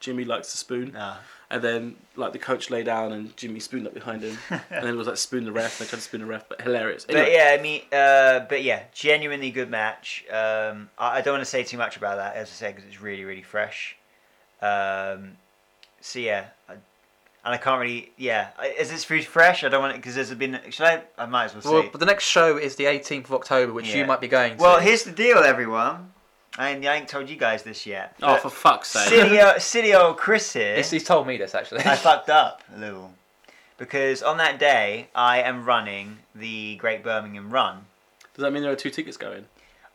[SPEAKER 1] "Jimmy likes to spoon."
[SPEAKER 3] Ah.
[SPEAKER 1] And then, like the coach lay down, and Jimmy spooned up behind him, and then it was like spoon the ref. And they tried to spoon the ref, but hilarious.
[SPEAKER 3] But
[SPEAKER 1] Anyway,
[SPEAKER 3] yeah, I mean, uh, but yeah, genuinely good match. Um, I, I don't want to say too much about that, as I said, because it's really, really fresh. Um, so yeah, I, and I can't really, yeah, I- is this food fresh? I don't want it because there's been. Should I? I might as well
[SPEAKER 2] Well,
[SPEAKER 3] say.
[SPEAKER 2] but the next show is the 18th of October, which
[SPEAKER 3] Yeah.
[SPEAKER 2] you might be going to.
[SPEAKER 3] Well, here's the deal, everyone. I ain't, I ain't told you guys this yet.
[SPEAKER 1] oh
[SPEAKER 3] but
[SPEAKER 1] for fuck's sake!
[SPEAKER 3] City, O- City old Chris here.
[SPEAKER 2] he's, he's told me this actually.
[SPEAKER 3] I fucked up a little because on that day I am running the Great Birmingham Run.
[SPEAKER 1] Does that mean there are two tickets going?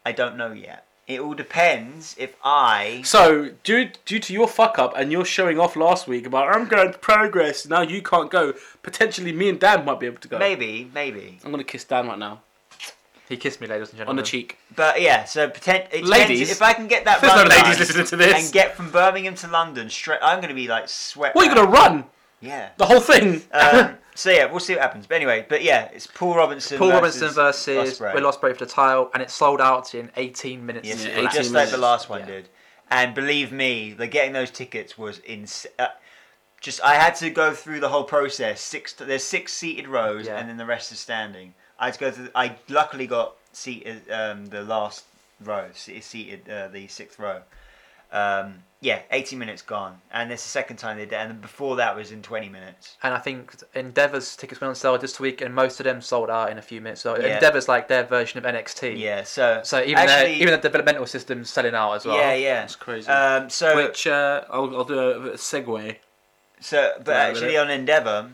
[SPEAKER 3] I don't know yet. It all depends if I.
[SPEAKER 1] So due due to your fuck up and your showing off last week about I'm going to progress now, you can't go. Potentially, me and Dan might be able to go.
[SPEAKER 3] Maybe, maybe.
[SPEAKER 1] I'm gonna kiss Dan right now
[SPEAKER 2] he kissed me, ladies and
[SPEAKER 1] on
[SPEAKER 2] gentlemen.
[SPEAKER 1] the cheek.
[SPEAKER 3] But yeah, so pretend. It
[SPEAKER 1] Ladies?
[SPEAKER 3] Depends, if I can get that
[SPEAKER 1] There's
[SPEAKER 3] run
[SPEAKER 1] no ladies
[SPEAKER 3] done
[SPEAKER 1] listening to this.
[SPEAKER 3] And get from Birmingham to London straight. I'm going to be like sweat.
[SPEAKER 1] What are you gonna
[SPEAKER 3] out.
[SPEAKER 1] run?
[SPEAKER 3] Yeah.
[SPEAKER 1] The whole thing.
[SPEAKER 3] Um, so yeah, we'll see what happens. But anyway, but yeah, it's Paul Robinson.
[SPEAKER 2] Paul
[SPEAKER 3] versus
[SPEAKER 2] Robinson versus
[SPEAKER 3] Ospreay.
[SPEAKER 2] Will Ospreay for the title, and it sold out in 18 minutes.
[SPEAKER 3] Yes,
[SPEAKER 1] Yeah,
[SPEAKER 3] it-
[SPEAKER 1] 18
[SPEAKER 3] just like
[SPEAKER 1] minutes.
[SPEAKER 3] the last one
[SPEAKER 2] Yeah.
[SPEAKER 3] did. And believe me, the getting those tickets was ins Uh, just I had to go through the whole process. Six there's six seated rows,
[SPEAKER 2] Yeah.
[SPEAKER 3] and then the rest is standing. I had to go through. I luckily got seated um, the last row, se- seated uh, the sixth row. Um, yeah, 18 minutes gone, and it's the second time they did. it, And before that was in 20 minutes.
[SPEAKER 2] And I think Endeavour's tickets went on sale this week, and most of them sold out in a few minutes. So
[SPEAKER 3] Yeah.
[SPEAKER 2] Endeavour's like their version of NXT.
[SPEAKER 3] Yeah, so
[SPEAKER 2] So even
[SPEAKER 3] actually,
[SPEAKER 2] their, even the developmental system's selling out as well.
[SPEAKER 3] yeah, yeah,
[SPEAKER 1] That's crazy.
[SPEAKER 3] Um, so
[SPEAKER 1] Which uh, I'll, I'll do a, a segue.
[SPEAKER 3] So, but
[SPEAKER 1] Right,
[SPEAKER 3] actually on Endeavour,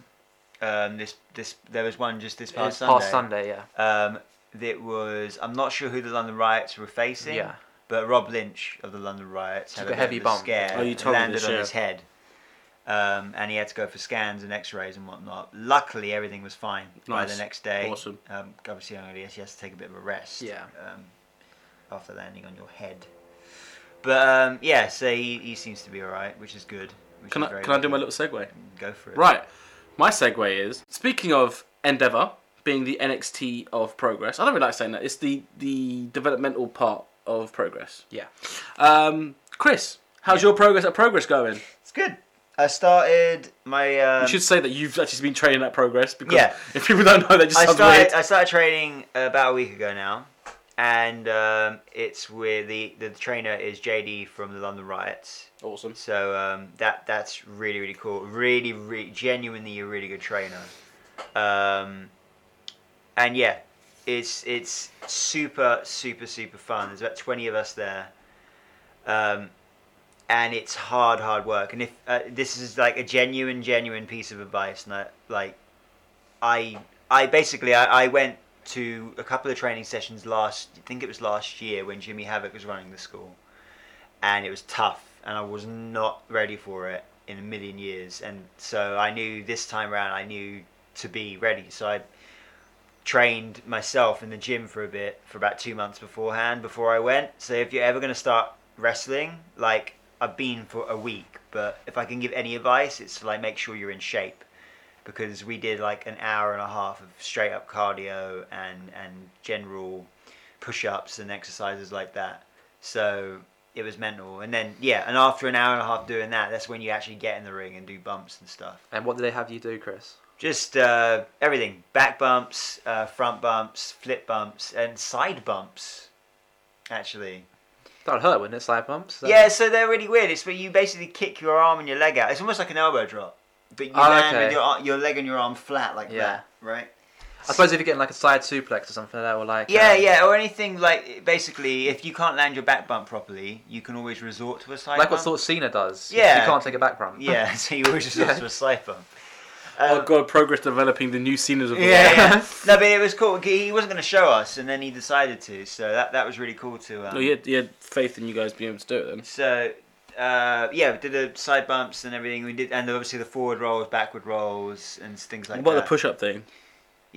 [SPEAKER 3] um, this this there was one just this past
[SPEAKER 2] Past
[SPEAKER 3] Sunday.
[SPEAKER 2] Sunday, yeah.
[SPEAKER 3] Um, that was I'm not sure who the London riots were facing.
[SPEAKER 2] Yeah.
[SPEAKER 3] But Rob Lynch of the London riots had
[SPEAKER 2] Took
[SPEAKER 3] a,
[SPEAKER 2] a heavy
[SPEAKER 3] bit of
[SPEAKER 2] bump.
[SPEAKER 3] scare.
[SPEAKER 1] Oh, you
[SPEAKER 3] and
[SPEAKER 1] told me
[SPEAKER 3] landed
[SPEAKER 1] this,
[SPEAKER 3] on
[SPEAKER 1] yeah.
[SPEAKER 3] his head. Um, and he had to go for scans and X-rays and whatnot. Luckily, everything was fine by the
[SPEAKER 1] Nice.
[SPEAKER 3] next day.
[SPEAKER 1] Awesome.
[SPEAKER 3] Um, obviously, I'm he has to take a bit of a rest.
[SPEAKER 2] Yeah.
[SPEAKER 3] Um, after landing on your head. But um, yeah, so he, he seems to be all right, which is good. Which
[SPEAKER 1] Can
[SPEAKER 3] is
[SPEAKER 1] I
[SPEAKER 3] very
[SPEAKER 1] can I do
[SPEAKER 3] good.
[SPEAKER 1] my little segue?
[SPEAKER 3] Go for it.
[SPEAKER 1] Right. My segue is speaking of Endeavor being the NXT of Progress. I don't really like saying that. It's the the developmental part of Progress.
[SPEAKER 2] Yeah.
[SPEAKER 1] Um, Chris, how's your progress at Progress going?
[SPEAKER 3] It's good. I started my. Um,
[SPEAKER 1] you should say that you've actually been training at Progress because
[SPEAKER 3] Yeah.
[SPEAKER 1] if people don't know, that just
[SPEAKER 3] I
[SPEAKER 1] sounds
[SPEAKER 3] started. uh,
[SPEAKER 1] weird.
[SPEAKER 3] I started training about a week ago now, and um, it's with the the trainer is JD from the London Riots.
[SPEAKER 1] Awesome.
[SPEAKER 3] So um, that that's really really cool. Really, really genuinely a really good trainer. Um, and yeah, it's it's super super super fun. There's about twenty of us there. Um, and it's hard hard work. And if uh, this is like a genuine genuine piece of advice, and I, like I I basically I, I went to a couple of training sessions last I think it was last year when Jimmy Havoc was running the school and it was tough and I was not ready for it in a million years and so I knew this time around I knew to be ready so I trained myself in the gym for a bit for about 2 months beforehand before I went so if you're ever going to start wrestling like I've been for a week but if I can give any advice it's like make sure you're in shape because we did like an hour and a half of straight up cardio and and general push ups and exercises like that. So it was mental. And then yeah, and after an hour and a half doing that, that's when you actually get in the ring and do bumps and stuff.
[SPEAKER 2] And what do they have you do, Chris?
[SPEAKER 3] Just uh, everything: back bumps, uh, front bumps, flip bumps, and side bumps. Actually,
[SPEAKER 2] That'll hurt, wouldn't it? Side bumps. So-
[SPEAKER 3] yeah, so they're really weird. It's where you basically kick your arm and your leg out. It's almost like an elbow drop, but you
[SPEAKER 2] Oh,
[SPEAKER 3] land
[SPEAKER 2] okay.
[SPEAKER 3] with your ar- your leg and your arm flat like
[SPEAKER 2] Yeah.
[SPEAKER 3] that, right?
[SPEAKER 2] I suppose if you're getting like a side suplex or something like that, or like
[SPEAKER 3] Yeah,
[SPEAKER 2] um,
[SPEAKER 3] yeah, or anything like basically, if you can't land your back bump properly, you can always resort to a side
[SPEAKER 2] like what
[SPEAKER 3] bump.
[SPEAKER 2] sort of Cena does.
[SPEAKER 3] Yeah.
[SPEAKER 2] you can't take a back bump.
[SPEAKER 3] yeah, so you always resort
[SPEAKER 2] Yeah.
[SPEAKER 3] to a side bump.
[SPEAKER 1] oh
[SPEAKER 3] Um,
[SPEAKER 1] god, progress developing the new scenes of the
[SPEAKER 3] Yeah,
[SPEAKER 1] world.
[SPEAKER 3] yeah. no, but it was cool. He wasn't going to show us, and then he decided to. So that that was really cool to. Um,
[SPEAKER 1] No, you had, you had faith in you guys being able to do it then.
[SPEAKER 3] So uh, yeah, we did the side bumps and everything. We did, and obviously the forward rolls, backward rolls, and things like
[SPEAKER 1] what about
[SPEAKER 3] that.
[SPEAKER 1] the push up thing?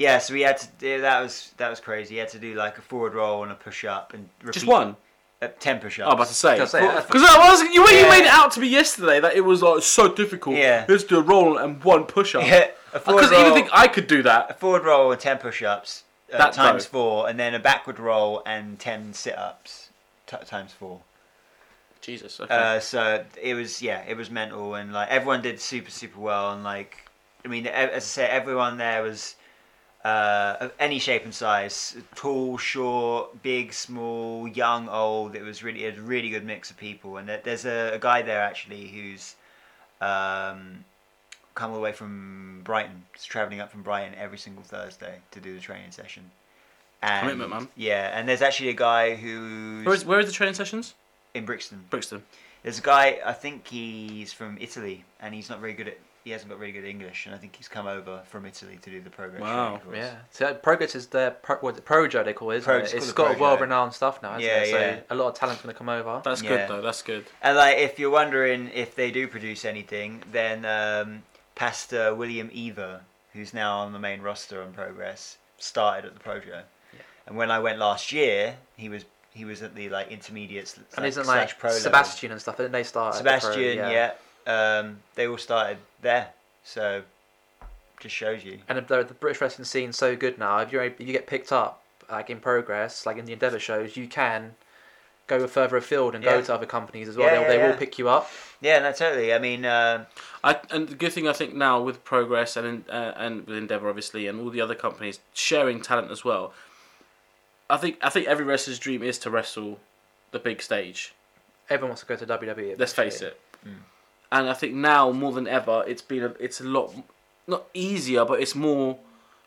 [SPEAKER 3] Yeah, so we had to. Yeah, that was that was crazy. You had to do like a forward roll and a push up and repeat,
[SPEAKER 1] Just one?
[SPEAKER 3] uh, ten push
[SPEAKER 1] Oh, I'm about
[SPEAKER 3] ups.
[SPEAKER 1] to say.
[SPEAKER 2] Just say it.
[SPEAKER 1] Because I was you, when you
[SPEAKER 3] Yeah.
[SPEAKER 1] made it out to me yesterday that it was like so difficult.
[SPEAKER 3] Yeah.
[SPEAKER 1] Let's do a roll and one push up.
[SPEAKER 3] yeah, a forward
[SPEAKER 1] Because
[SPEAKER 3] roll,
[SPEAKER 1] even think I could do
[SPEAKER 3] a
[SPEAKER 1] that.
[SPEAKER 3] forward roll and ten push ups uh,
[SPEAKER 1] That
[SPEAKER 3] times
[SPEAKER 1] though.
[SPEAKER 3] four, and then a backward roll and ten sit ups t- times four.
[SPEAKER 1] Jesus. Okay.
[SPEAKER 3] Uh, so it was yeah, it was mental, and like everyone did super super well, and like I mean, e- as I say, everyone there was uh, of any shape and size, tall, short, big, small, young, old. It was really it was a really good mix of people, and there- there's a, a guy there actually who's um, come all the way from Brighton, he's traveling up from Brighton every single Thursday to do the training session. And,
[SPEAKER 1] Commitment, man.
[SPEAKER 3] Yeah, and there's actually a guy who's
[SPEAKER 1] where, is, where is the training sessions?
[SPEAKER 3] in Brixton.
[SPEAKER 1] Brixton.
[SPEAKER 3] There's a guy, I think he's from Italy, and he's not very good at, he hasn't got very good English, and I think he's come over from Italy to do the progress.
[SPEAKER 1] Wow.
[SPEAKER 3] training course.
[SPEAKER 2] Yeah, so uh, Progress is their pro- what is it, Projo they call it. Isn't
[SPEAKER 3] Pro-
[SPEAKER 2] it?
[SPEAKER 3] it's
[SPEAKER 2] it's
[SPEAKER 3] called a
[SPEAKER 2] got
[SPEAKER 3] Projo.
[SPEAKER 2] world-renowned stuff now, isn't
[SPEAKER 3] Yeah,
[SPEAKER 2] it? So
[SPEAKER 3] yeah.
[SPEAKER 2] a lot of talent's going to come over.
[SPEAKER 1] That's
[SPEAKER 3] Yeah.
[SPEAKER 1] good though. That's good.
[SPEAKER 3] And like, if you're wondering if they do produce anything, then um, Pastor William Eva, who's now on the main roster on Progress, started at the Projo.
[SPEAKER 2] Yeah.
[SPEAKER 3] And when I went last year, he was he was at the like intermediate sl-
[SPEAKER 2] and isn't
[SPEAKER 3] slash
[SPEAKER 2] like
[SPEAKER 3] pro level.
[SPEAKER 2] Sebastian and stuff? Didn't they start? at the Pro?
[SPEAKER 3] Sebastian, yeah. Um, they all started there, so just shows you.
[SPEAKER 2] And the, the British wrestling scene's so good now. If you if you get picked up like in Progress, like in the Endeavour shows, you can go further afield and go
[SPEAKER 3] Yeah.
[SPEAKER 2] to other companies as well.
[SPEAKER 3] Yeah,
[SPEAKER 2] They'll-
[SPEAKER 3] yeah,
[SPEAKER 2] they
[SPEAKER 3] yeah.
[SPEAKER 2] will pick you up.
[SPEAKER 3] Yeah, no, totally. I mean, uh,
[SPEAKER 1] I, and the good thing I think now with Progress and in- uh, and with Endeavour obviously and all the other companies sharing talent as well. I think I think every wrestler's dream is to wrestle the big stage.
[SPEAKER 2] Everyone wants to E, go to WWE.
[SPEAKER 1] Let's face
[SPEAKER 2] eventually.
[SPEAKER 1] it. And I think now more than ever, it's been a, it's a lot not easier, but it's more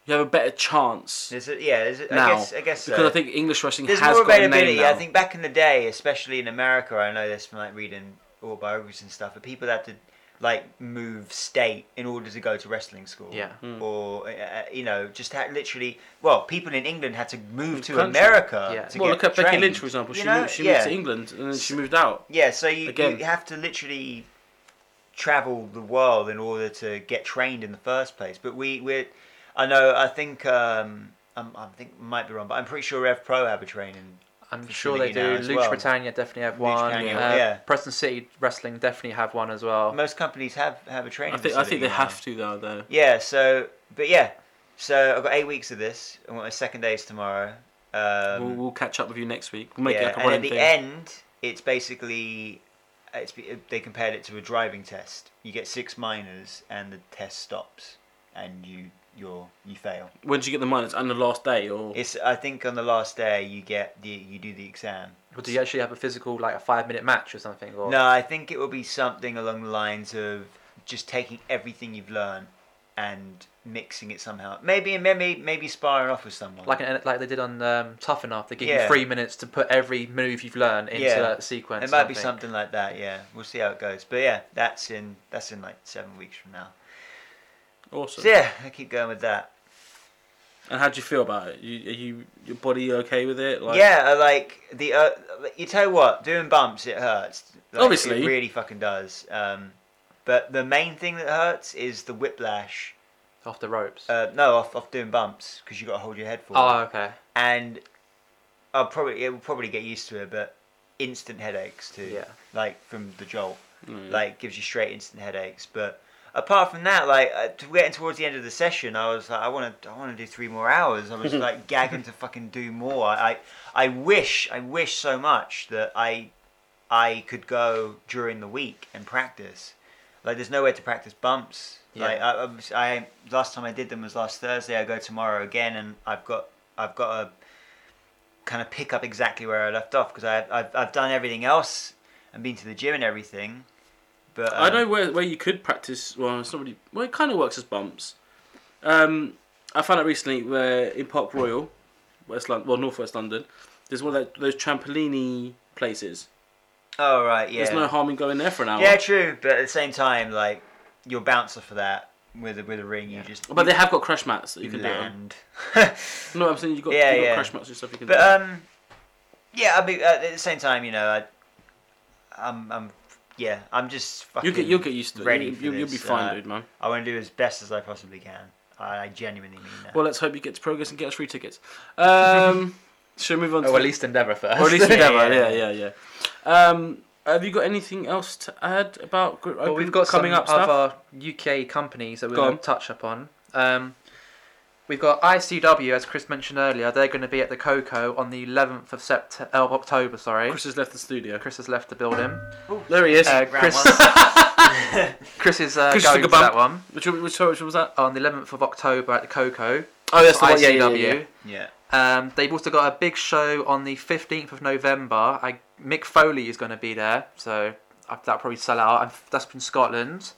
[SPEAKER 1] you have a better chance
[SPEAKER 3] there's a, yeah, there's a, I
[SPEAKER 1] now
[SPEAKER 3] guess, I guess so.
[SPEAKER 1] because I think English wrestling
[SPEAKER 3] there's
[SPEAKER 1] has
[SPEAKER 3] more
[SPEAKER 1] got a name
[SPEAKER 3] availability.
[SPEAKER 1] now.
[SPEAKER 3] I think back in the day, especially in America, I know this from like reading autobiographies and stuff, but people had to like move state in order to go to wrestling school.
[SPEAKER 2] Yeah.
[SPEAKER 3] Or uh, you know, just had literally. Well, people in England had to move to
[SPEAKER 1] Country.
[SPEAKER 3] America.
[SPEAKER 2] Yeah.
[SPEAKER 3] To
[SPEAKER 1] well,
[SPEAKER 3] get
[SPEAKER 1] look at Becky
[SPEAKER 3] trained.
[SPEAKER 1] Lynch for example.
[SPEAKER 3] You
[SPEAKER 1] She
[SPEAKER 3] know?
[SPEAKER 1] moved, she
[SPEAKER 3] yeah.
[SPEAKER 1] moved to England and then she moved out.
[SPEAKER 3] Yeah, so you,
[SPEAKER 1] Again.
[SPEAKER 3] you have to literally travel the world in order to get trained in the first place. But we, we I know, I think, um, I'm, I think I might be wrong, but I'm pretty sure Rev Pro have a training.
[SPEAKER 2] I'm
[SPEAKER 3] For
[SPEAKER 2] sure they
[SPEAKER 3] Shinogi now
[SPEAKER 2] do.
[SPEAKER 3] as
[SPEAKER 2] Lucha
[SPEAKER 3] well.
[SPEAKER 2] Britannia definitely have
[SPEAKER 3] Lucha
[SPEAKER 2] one.
[SPEAKER 3] Britannia,
[SPEAKER 2] uh,
[SPEAKER 3] yeah.
[SPEAKER 2] Preston City Wrestling definitely have one as well.
[SPEAKER 3] Most companies have have a training.
[SPEAKER 1] I think I
[SPEAKER 3] facility
[SPEAKER 1] think they
[SPEAKER 3] now.
[SPEAKER 1] have to though though.
[SPEAKER 3] Yeah. So, but yeah, so I've got eight weeks of this, and my second day is tomorrow. Um,
[SPEAKER 1] we'll, we'll catch up with you next week. We'll make
[SPEAKER 3] yeah,
[SPEAKER 1] it like a
[SPEAKER 3] and at
[SPEAKER 1] running
[SPEAKER 3] the
[SPEAKER 1] thing.
[SPEAKER 3] end, it's basically uh, it's be- they compared it to a driving test. You get six minors, and the test stops, and you you're you fail.
[SPEAKER 1] when did you get the minus? On the last day or
[SPEAKER 3] It's I think on the last day you get the you do the exam.
[SPEAKER 2] Or do you actually have a physical, like a five-minute match or something? Or
[SPEAKER 3] No, I think it will be something along the lines of just taking everything you've learned and mixing it somehow. Maybe maybe maybe sparring off with someone.
[SPEAKER 2] like an, like they did on um, Tough Enough, they give
[SPEAKER 3] Yeah.
[SPEAKER 2] you three minutes to put every move you've learned into
[SPEAKER 3] Yeah.
[SPEAKER 2] that sequence.
[SPEAKER 3] it
[SPEAKER 2] or
[SPEAKER 3] might be
[SPEAKER 2] something.
[SPEAKER 3] something like that. Yeah, we'll see how it goes. But yeah, that's in that's in like seven weeks from now.
[SPEAKER 1] awesome?
[SPEAKER 3] So yeah, I keep going with that.
[SPEAKER 1] And how do you feel about it? You, are you your body okay with it? Like,
[SPEAKER 3] yeah, I like the uh, you tell you what, doing bumps it hurts. Like,
[SPEAKER 1] Obviously.
[SPEAKER 3] it really fucking does. Um, but the main thing that hurts is the whiplash.
[SPEAKER 2] off the ropes.
[SPEAKER 3] Uh, no, off off doing bumps because you got to hold your head forward.
[SPEAKER 1] Ah.
[SPEAKER 2] oh, okay.
[SPEAKER 3] and I'll probably it will probably get used to it, but instant headaches too.
[SPEAKER 2] Yeah.
[SPEAKER 3] Like from the jolt,
[SPEAKER 1] Mm.
[SPEAKER 3] like gives you straight instant headaches. But apart from that, like uh, to getting towards the end of the session, I was like, I want to, I want to do three more hours. I was like gagging to fucking do more. I, I wish, I wish so much that I, I could go during the week and practice. Like, there's nowhere to practice bumps.
[SPEAKER 2] Yeah.
[SPEAKER 3] Like, I, I, I, last time I did them was last Thursday. I go tomorrow again, and I've got, I've got a kind of pick up exactly where I left off because I've, I've, I've done everything else and been to the gym and everything. But
[SPEAKER 1] I
[SPEAKER 3] um,
[SPEAKER 1] know where, where you could practice. Well, it's not really. Well, it kind of works as bumps. Um, I found out recently where in Park Royal, West London, well North West London, there's one of that, those trampolini places.
[SPEAKER 3] Oh right, yeah.
[SPEAKER 1] There's no harm in going there for an hour.
[SPEAKER 3] Yeah, true, but at the same time, like your bouncer for that with a, with a ring, you just
[SPEAKER 1] But they have got crash mats that you
[SPEAKER 3] you
[SPEAKER 1] can
[SPEAKER 3] land.
[SPEAKER 1] do. it on. No, I'm saying you've got,
[SPEAKER 3] Yeah,
[SPEAKER 1] you've got
[SPEAKER 3] yeah.
[SPEAKER 1] crash mats and stuff you can
[SPEAKER 3] but
[SPEAKER 1] do.
[SPEAKER 3] um, yeah, I mean, uh, at the same time, you know, I, I'm I'm yeah, I'm just fucking.
[SPEAKER 1] you'll, get, you'll get used to it.
[SPEAKER 3] ready
[SPEAKER 1] you,
[SPEAKER 3] for
[SPEAKER 1] you, will be
[SPEAKER 3] this,
[SPEAKER 1] fine,
[SPEAKER 3] uh,
[SPEAKER 1] dude, man.
[SPEAKER 3] I want to do as best as I possibly can. I, I genuinely mean that.
[SPEAKER 1] Well, let's hope you get to progress and get us free tickets. Um, should we move
[SPEAKER 3] Oh,
[SPEAKER 1] on to
[SPEAKER 2] Or at least endeavour first.
[SPEAKER 1] or at least
[SPEAKER 3] Yeah,
[SPEAKER 1] together. Yeah,
[SPEAKER 3] yeah,
[SPEAKER 1] yeah, yeah. Um, have you got anything else to add about Group
[SPEAKER 2] Well,
[SPEAKER 1] Open
[SPEAKER 2] we've got
[SPEAKER 1] coming
[SPEAKER 2] some
[SPEAKER 1] up stuff?
[SPEAKER 2] other UK companies that we're
[SPEAKER 1] Go
[SPEAKER 2] going
[SPEAKER 1] on.
[SPEAKER 2] to touch upon. Um, we've got ICW, as Chris mentioned earlier. They're going to be at the Coco on the 11th of Sept- of October. Sorry,
[SPEAKER 1] Chris has left the studio.
[SPEAKER 2] Chris has left the building.
[SPEAKER 1] There he is.
[SPEAKER 2] Uh,
[SPEAKER 3] Round
[SPEAKER 2] Chris, Chris is uh,
[SPEAKER 1] Chris
[SPEAKER 2] going
[SPEAKER 1] took
[SPEAKER 2] to
[SPEAKER 1] a
[SPEAKER 2] that one
[SPEAKER 1] which, one- which, one- which one was that?
[SPEAKER 2] on the 11th of October at the Coco.
[SPEAKER 1] Oh,
[SPEAKER 2] for ICW.
[SPEAKER 3] yeah,
[SPEAKER 2] Um, they've also got a big show on the 15th of November. I, Mick Foley is going to be there, so I- that'll probably sell out. And that's in Scotland.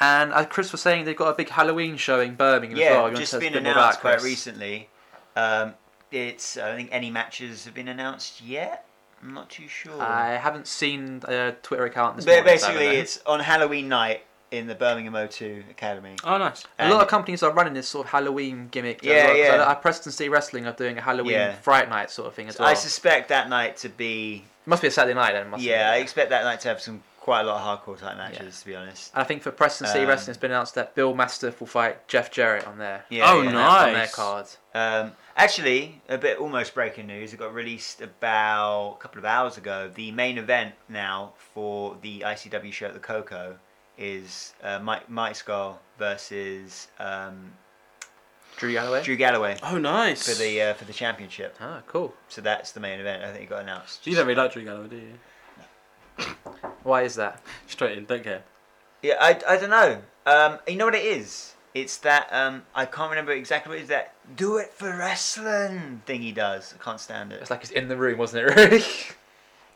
[SPEAKER 2] And as Chris was saying, they've got a big Halloween show in Birmingham as well.
[SPEAKER 3] yeah,
[SPEAKER 2] You wanna
[SPEAKER 3] just
[SPEAKER 2] tell us a
[SPEAKER 3] been
[SPEAKER 2] bit more about
[SPEAKER 3] announced
[SPEAKER 2] that,
[SPEAKER 3] quite
[SPEAKER 2] Chris?
[SPEAKER 3] recently. Um, it's I don't think any matches have been announced yet. I'm not too sure.
[SPEAKER 2] I haven't seen a Twitter account this
[SPEAKER 3] But
[SPEAKER 2] morning. so I don't
[SPEAKER 3] basically,
[SPEAKER 2] know.
[SPEAKER 3] it's on Halloween night in the Birmingham O2 Academy.
[SPEAKER 1] Oh, nice.
[SPEAKER 2] a lot of companies are running this sort of Halloween gimmick. as
[SPEAKER 3] Yeah,
[SPEAKER 2] well, 'cause I
[SPEAKER 3] yeah.
[SPEAKER 2] know- I, Preston City Wrestling are doing a Halloween
[SPEAKER 3] Yeah.
[SPEAKER 2] Fright Night sort of thing as well.
[SPEAKER 3] I suspect that night to be.
[SPEAKER 2] must be a Saturday night then. Must
[SPEAKER 3] Yeah, I
[SPEAKER 2] Be.
[SPEAKER 3] expect that night to have some quite a lot of hardcore type matches, to be honest.
[SPEAKER 2] and I think for Preston City
[SPEAKER 3] Um,
[SPEAKER 2] Wrestling, it's been announced that Bill Mastiff will fight Jeff Jarrett on there.
[SPEAKER 3] Yeah,
[SPEAKER 1] Oh,
[SPEAKER 3] yeah.
[SPEAKER 2] on their- on their
[SPEAKER 1] Nice.
[SPEAKER 2] card.
[SPEAKER 3] Um, actually, a bit almost breaking news. It got released about a couple of hours ago. The main event now for the ICW show at the Coco is uh, Mike Mike Skull versus um,
[SPEAKER 2] Drew Galloway.
[SPEAKER 3] Drew Galloway
[SPEAKER 1] Oh, nice.
[SPEAKER 3] for the uh, for the championship.
[SPEAKER 2] Ah, cool.
[SPEAKER 3] So that's the main event. I think it got announced.
[SPEAKER 1] you don't really like Drew Galloway, do you?
[SPEAKER 2] Why is that?
[SPEAKER 1] Straight in, don't care.
[SPEAKER 3] Yeah, I, I don't know. Um, you know what it is? It's that um, I can't remember exactly what it is that do it for wrestling thing he does. I can't stand it.
[SPEAKER 2] It's like it's in the room, wasn't it, really?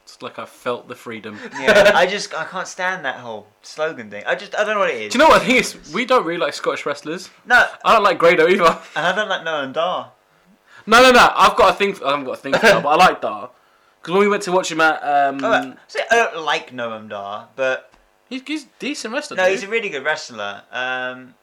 [SPEAKER 1] It's like I felt the freedom. Do
[SPEAKER 3] Yeah, I just I can't stand that whole slogan thing. I just I don't know what it is.
[SPEAKER 1] you know what I think is? We don't really like Scottish wrestlers.
[SPEAKER 3] No,
[SPEAKER 1] I don't like Grado either.
[SPEAKER 3] and I don't like Nolan Dar.
[SPEAKER 1] No, no, no. I've got a thing. For, I haven't got a thing for that, but I like Dar. Because when we went to watch him at, um,
[SPEAKER 3] Oh, I say I don't like Noam Dar, but
[SPEAKER 1] he's, he's a decent wrestler.
[SPEAKER 3] no,
[SPEAKER 1] dude.
[SPEAKER 3] he's a really good wrestler. Um,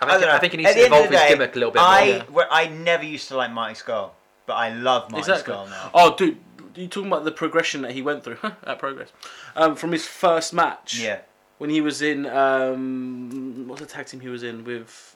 [SPEAKER 2] I
[SPEAKER 3] I
[SPEAKER 2] think,
[SPEAKER 3] don't know.
[SPEAKER 2] I think he needs
[SPEAKER 3] At
[SPEAKER 2] to
[SPEAKER 3] the end of
[SPEAKER 2] evolve
[SPEAKER 3] the
[SPEAKER 2] his
[SPEAKER 3] day,
[SPEAKER 2] gimmick a little bit
[SPEAKER 3] I
[SPEAKER 2] more.
[SPEAKER 3] well, I never used to like Mike Skull, but I love Mike
[SPEAKER 1] Exactly.
[SPEAKER 3] Skull now.
[SPEAKER 1] Oh, dude, you talking about the progression that he went through? that progress um, from his first match.
[SPEAKER 3] Yeah,
[SPEAKER 1] When he was in, um, what's the tag team he was in with?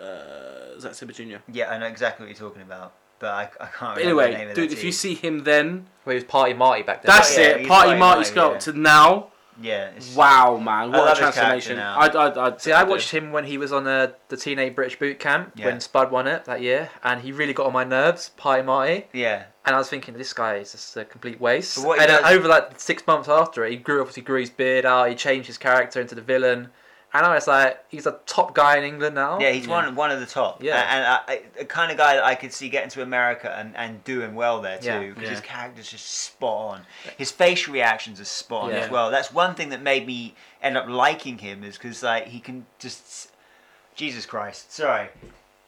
[SPEAKER 1] Uh, Zack Sabre Jr.
[SPEAKER 3] yeah, I know exactly what you're talking about, but I, I can't.
[SPEAKER 1] But
[SPEAKER 3] remember Oh, the name
[SPEAKER 1] anyway,
[SPEAKER 3] of
[SPEAKER 1] dude,
[SPEAKER 3] that
[SPEAKER 1] if you
[SPEAKER 3] team.
[SPEAKER 1] see him then,
[SPEAKER 2] Where he was Party Marty back then.
[SPEAKER 1] that's
[SPEAKER 3] yeah,
[SPEAKER 1] it.
[SPEAKER 3] he's
[SPEAKER 1] Party
[SPEAKER 3] Party
[SPEAKER 1] Marty
[SPEAKER 3] Marty,
[SPEAKER 1] Skull
[SPEAKER 3] yeah.
[SPEAKER 1] to now.
[SPEAKER 3] yeah, it's,
[SPEAKER 1] Wow, man,
[SPEAKER 3] I
[SPEAKER 1] what
[SPEAKER 3] love
[SPEAKER 1] a
[SPEAKER 3] his character
[SPEAKER 1] transformation!
[SPEAKER 3] now.
[SPEAKER 1] I, I, I,
[SPEAKER 2] See, I watched him when he was on uh, the Teenage British Boot Camp
[SPEAKER 3] Yeah.
[SPEAKER 2] when Spud won it that year, and he really got on my nerves, Party Marty.
[SPEAKER 3] yeah.
[SPEAKER 2] And I was thinking, this guy is just a complete waste.
[SPEAKER 3] But what he
[SPEAKER 2] and uh,
[SPEAKER 3] does-
[SPEAKER 2] over like six months after, it, he grew obviously grew his beard out. He changed his character into the villain, and I was like, he's a top guy in England now.
[SPEAKER 3] Yeah, he's
[SPEAKER 1] Yeah.
[SPEAKER 3] one one of the top.
[SPEAKER 2] Yeah.
[SPEAKER 3] Yeah, and I, I, a kind of guy that I could see getting to America and, and doing well there
[SPEAKER 2] Yeah.
[SPEAKER 3] too, because
[SPEAKER 1] Yeah.
[SPEAKER 3] his character's just spot on. His facial reactions are spot on
[SPEAKER 2] Yeah.
[SPEAKER 3] as well. That's one thing that made me end up liking him is because like he can just Jesus Christ, sorry.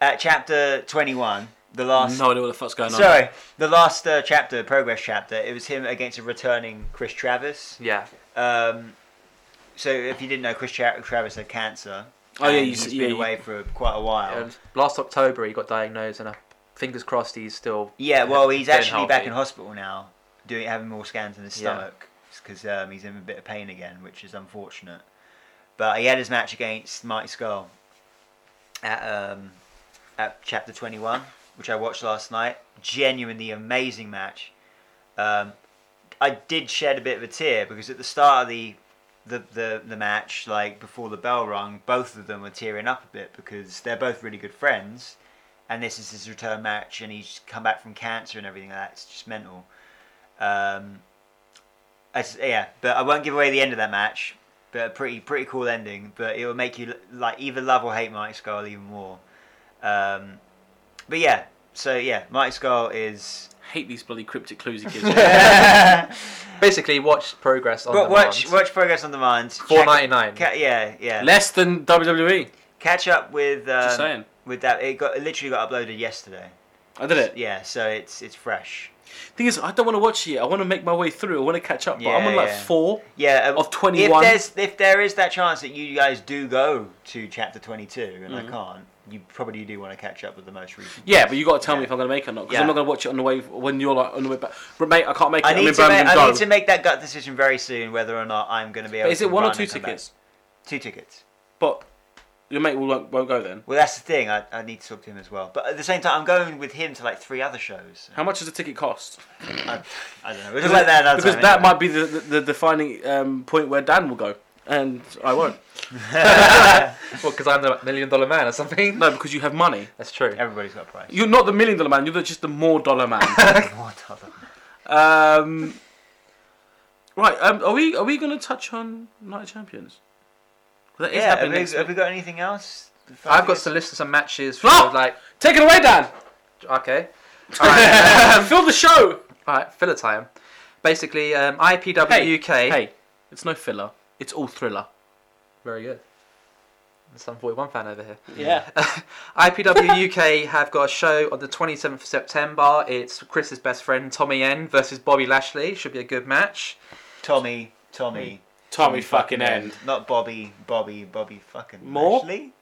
[SPEAKER 3] At chapter twenty one, the last.
[SPEAKER 1] no idea what the fuck's going on.
[SPEAKER 3] Sorry, the last uh, chapter, progress chapter, it was him against a returning Chris Travis.
[SPEAKER 2] yeah.
[SPEAKER 3] Um, so if you didn't know, Chris Tra- Travis had cancer.
[SPEAKER 1] Oh, yeah,
[SPEAKER 3] and
[SPEAKER 1] you
[SPEAKER 3] he's
[SPEAKER 1] s-
[SPEAKER 3] been
[SPEAKER 1] yeah, you-
[SPEAKER 3] away for quite a while.
[SPEAKER 2] Um, last October, he got diagnosed, and uh, fingers crossed, he's still
[SPEAKER 3] Yeah, well, he's
[SPEAKER 2] Getting
[SPEAKER 3] actually back
[SPEAKER 2] healthy.
[SPEAKER 3] in hospital now, doing having more scans in his
[SPEAKER 2] Yeah.
[SPEAKER 3] stomach because um, he's in a bit of pain again, which is unfortunate. But he had his match against Mike Skull at um, at Chapter Twenty One, which I watched last night. Genuinely amazing match. Um, I did shed a bit of a tear because at the start of the the, the the match, like before the bell rung, both of them were tearing up a bit because they're both really good friends, and this is his return match, and he's come back from cancer and everything like that. It's just mental. Um, I s- yeah, but I won't give away the end of that match. But a pretty pretty cool ending. But it will make you l- like either love or hate Marty Skull even more. Um, but yeah, so yeah, Marty Skull is.
[SPEAKER 1] Hate these bloody cryptic clues he gives. you.
[SPEAKER 2] Basically, watch progress on
[SPEAKER 3] But
[SPEAKER 2] the
[SPEAKER 3] watch watch Progress on Demand.
[SPEAKER 2] four
[SPEAKER 3] Check-
[SPEAKER 2] ninety nine.
[SPEAKER 3] Ca- yeah, yeah.
[SPEAKER 1] Less than WWE.
[SPEAKER 3] Catch up with
[SPEAKER 1] Just
[SPEAKER 3] um,
[SPEAKER 1] saying.
[SPEAKER 3] with that. It got it literally got uploaded yesterday.
[SPEAKER 1] I did it.
[SPEAKER 3] Yeah, so it's it's fresh.
[SPEAKER 1] Thing is, I don't want to watch it. yet. I want to make my way through. I want to catch up. But I'm
[SPEAKER 3] Yeah,
[SPEAKER 1] on like
[SPEAKER 3] yeah.
[SPEAKER 1] four.
[SPEAKER 3] Yeah, um,
[SPEAKER 1] Of 21.
[SPEAKER 3] If there's if there is that chance that you guys do go to chapter twenty two, and I can't, you probably do want to catch up with the most recent.
[SPEAKER 1] Mm-hmm. Yeah, but you got to tell
[SPEAKER 3] Yeah.
[SPEAKER 1] me if I'm going to make it or not. Because
[SPEAKER 3] Yeah.
[SPEAKER 1] I'm not going to watch it on the way when you're like on the way back. But mate, I can't make it.
[SPEAKER 3] I
[SPEAKER 1] I'm
[SPEAKER 3] need
[SPEAKER 1] in
[SPEAKER 3] to make,
[SPEAKER 1] Birmingham.
[SPEAKER 3] I
[SPEAKER 1] Go.
[SPEAKER 3] need to make that gut decision very soon whether or not I'm going to be able.
[SPEAKER 1] But is
[SPEAKER 3] to
[SPEAKER 1] it one or
[SPEAKER 3] run
[SPEAKER 1] two
[SPEAKER 3] and come back.
[SPEAKER 1] tickets?
[SPEAKER 3] Two tickets.
[SPEAKER 1] But your mate will, won't, won't go then.
[SPEAKER 3] Well, that's the thing. I, I need to talk to him as well. But at the same time, I'm going with him to like three other shows.
[SPEAKER 1] How much does the ticket cost?
[SPEAKER 3] I, I don't know. We'll talk about that another
[SPEAKER 1] because
[SPEAKER 3] time
[SPEAKER 1] that
[SPEAKER 3] anyway.
[SPEAKER 1] might be the, the, the defining um, point where Dan will go, and I won't.
[SPEAKER 2] Well, because I'm the million dollar man or something.
[SPEAKER 1] no, because you have money.
[SPEAKER 2] That's true.
[SPEAKER 3] Everybody's got a price.
[SPEAKER 1] You're not the million dollar man. You're the, just the more dollar man.
[SPEAKER 3] What other-
[SPEAKER 1] um, right. Um, are we are we going to touch on Night of Champions? That is
[SPEAKER 3] yeah, have
[SPEAKER 1] happening
[SPEAKER 3] we,
[SPEAKER 1] next
[SPEAKER 3] have
[SPEAKER 1] week.
[SPEAKER 3] we got anything else?
[SPEAKER 2] I've got to list of some matches for
[SPEAKER 1] Flop!
[SPEAKER 2] like
[SPEAKER 1] Take it away, Dan.
[SPEAKER 2] okay. All right,
[SPEAKER 1] Fill the show.
[SPEAKER 2] all right, filler time. Basically, um, IPW
[SPEAKER 1] Hey,
[SPEAKER 2] UK.
[SPEAKER 1] Hey, it's no filler. It's all thriller.
[SPEAKER 2] Very good. There's some 41 fan over here.
[SPEAKER 1] Yeah.
[SPEAKER 2] IPW UK have got a show on the 27th of September. It's Chris's best friend Tommy N versus Bobby Lashley. Should be a good match.
[SPEAKER 3] Tommy, Tommy,
[SPEAKER 1] Tommy fucking end.
[SPEAKER 3] Not Bobby, Bobby, Bobby fucking
[SPEAKER 1] More?
[SPEAKER 3] Lashley.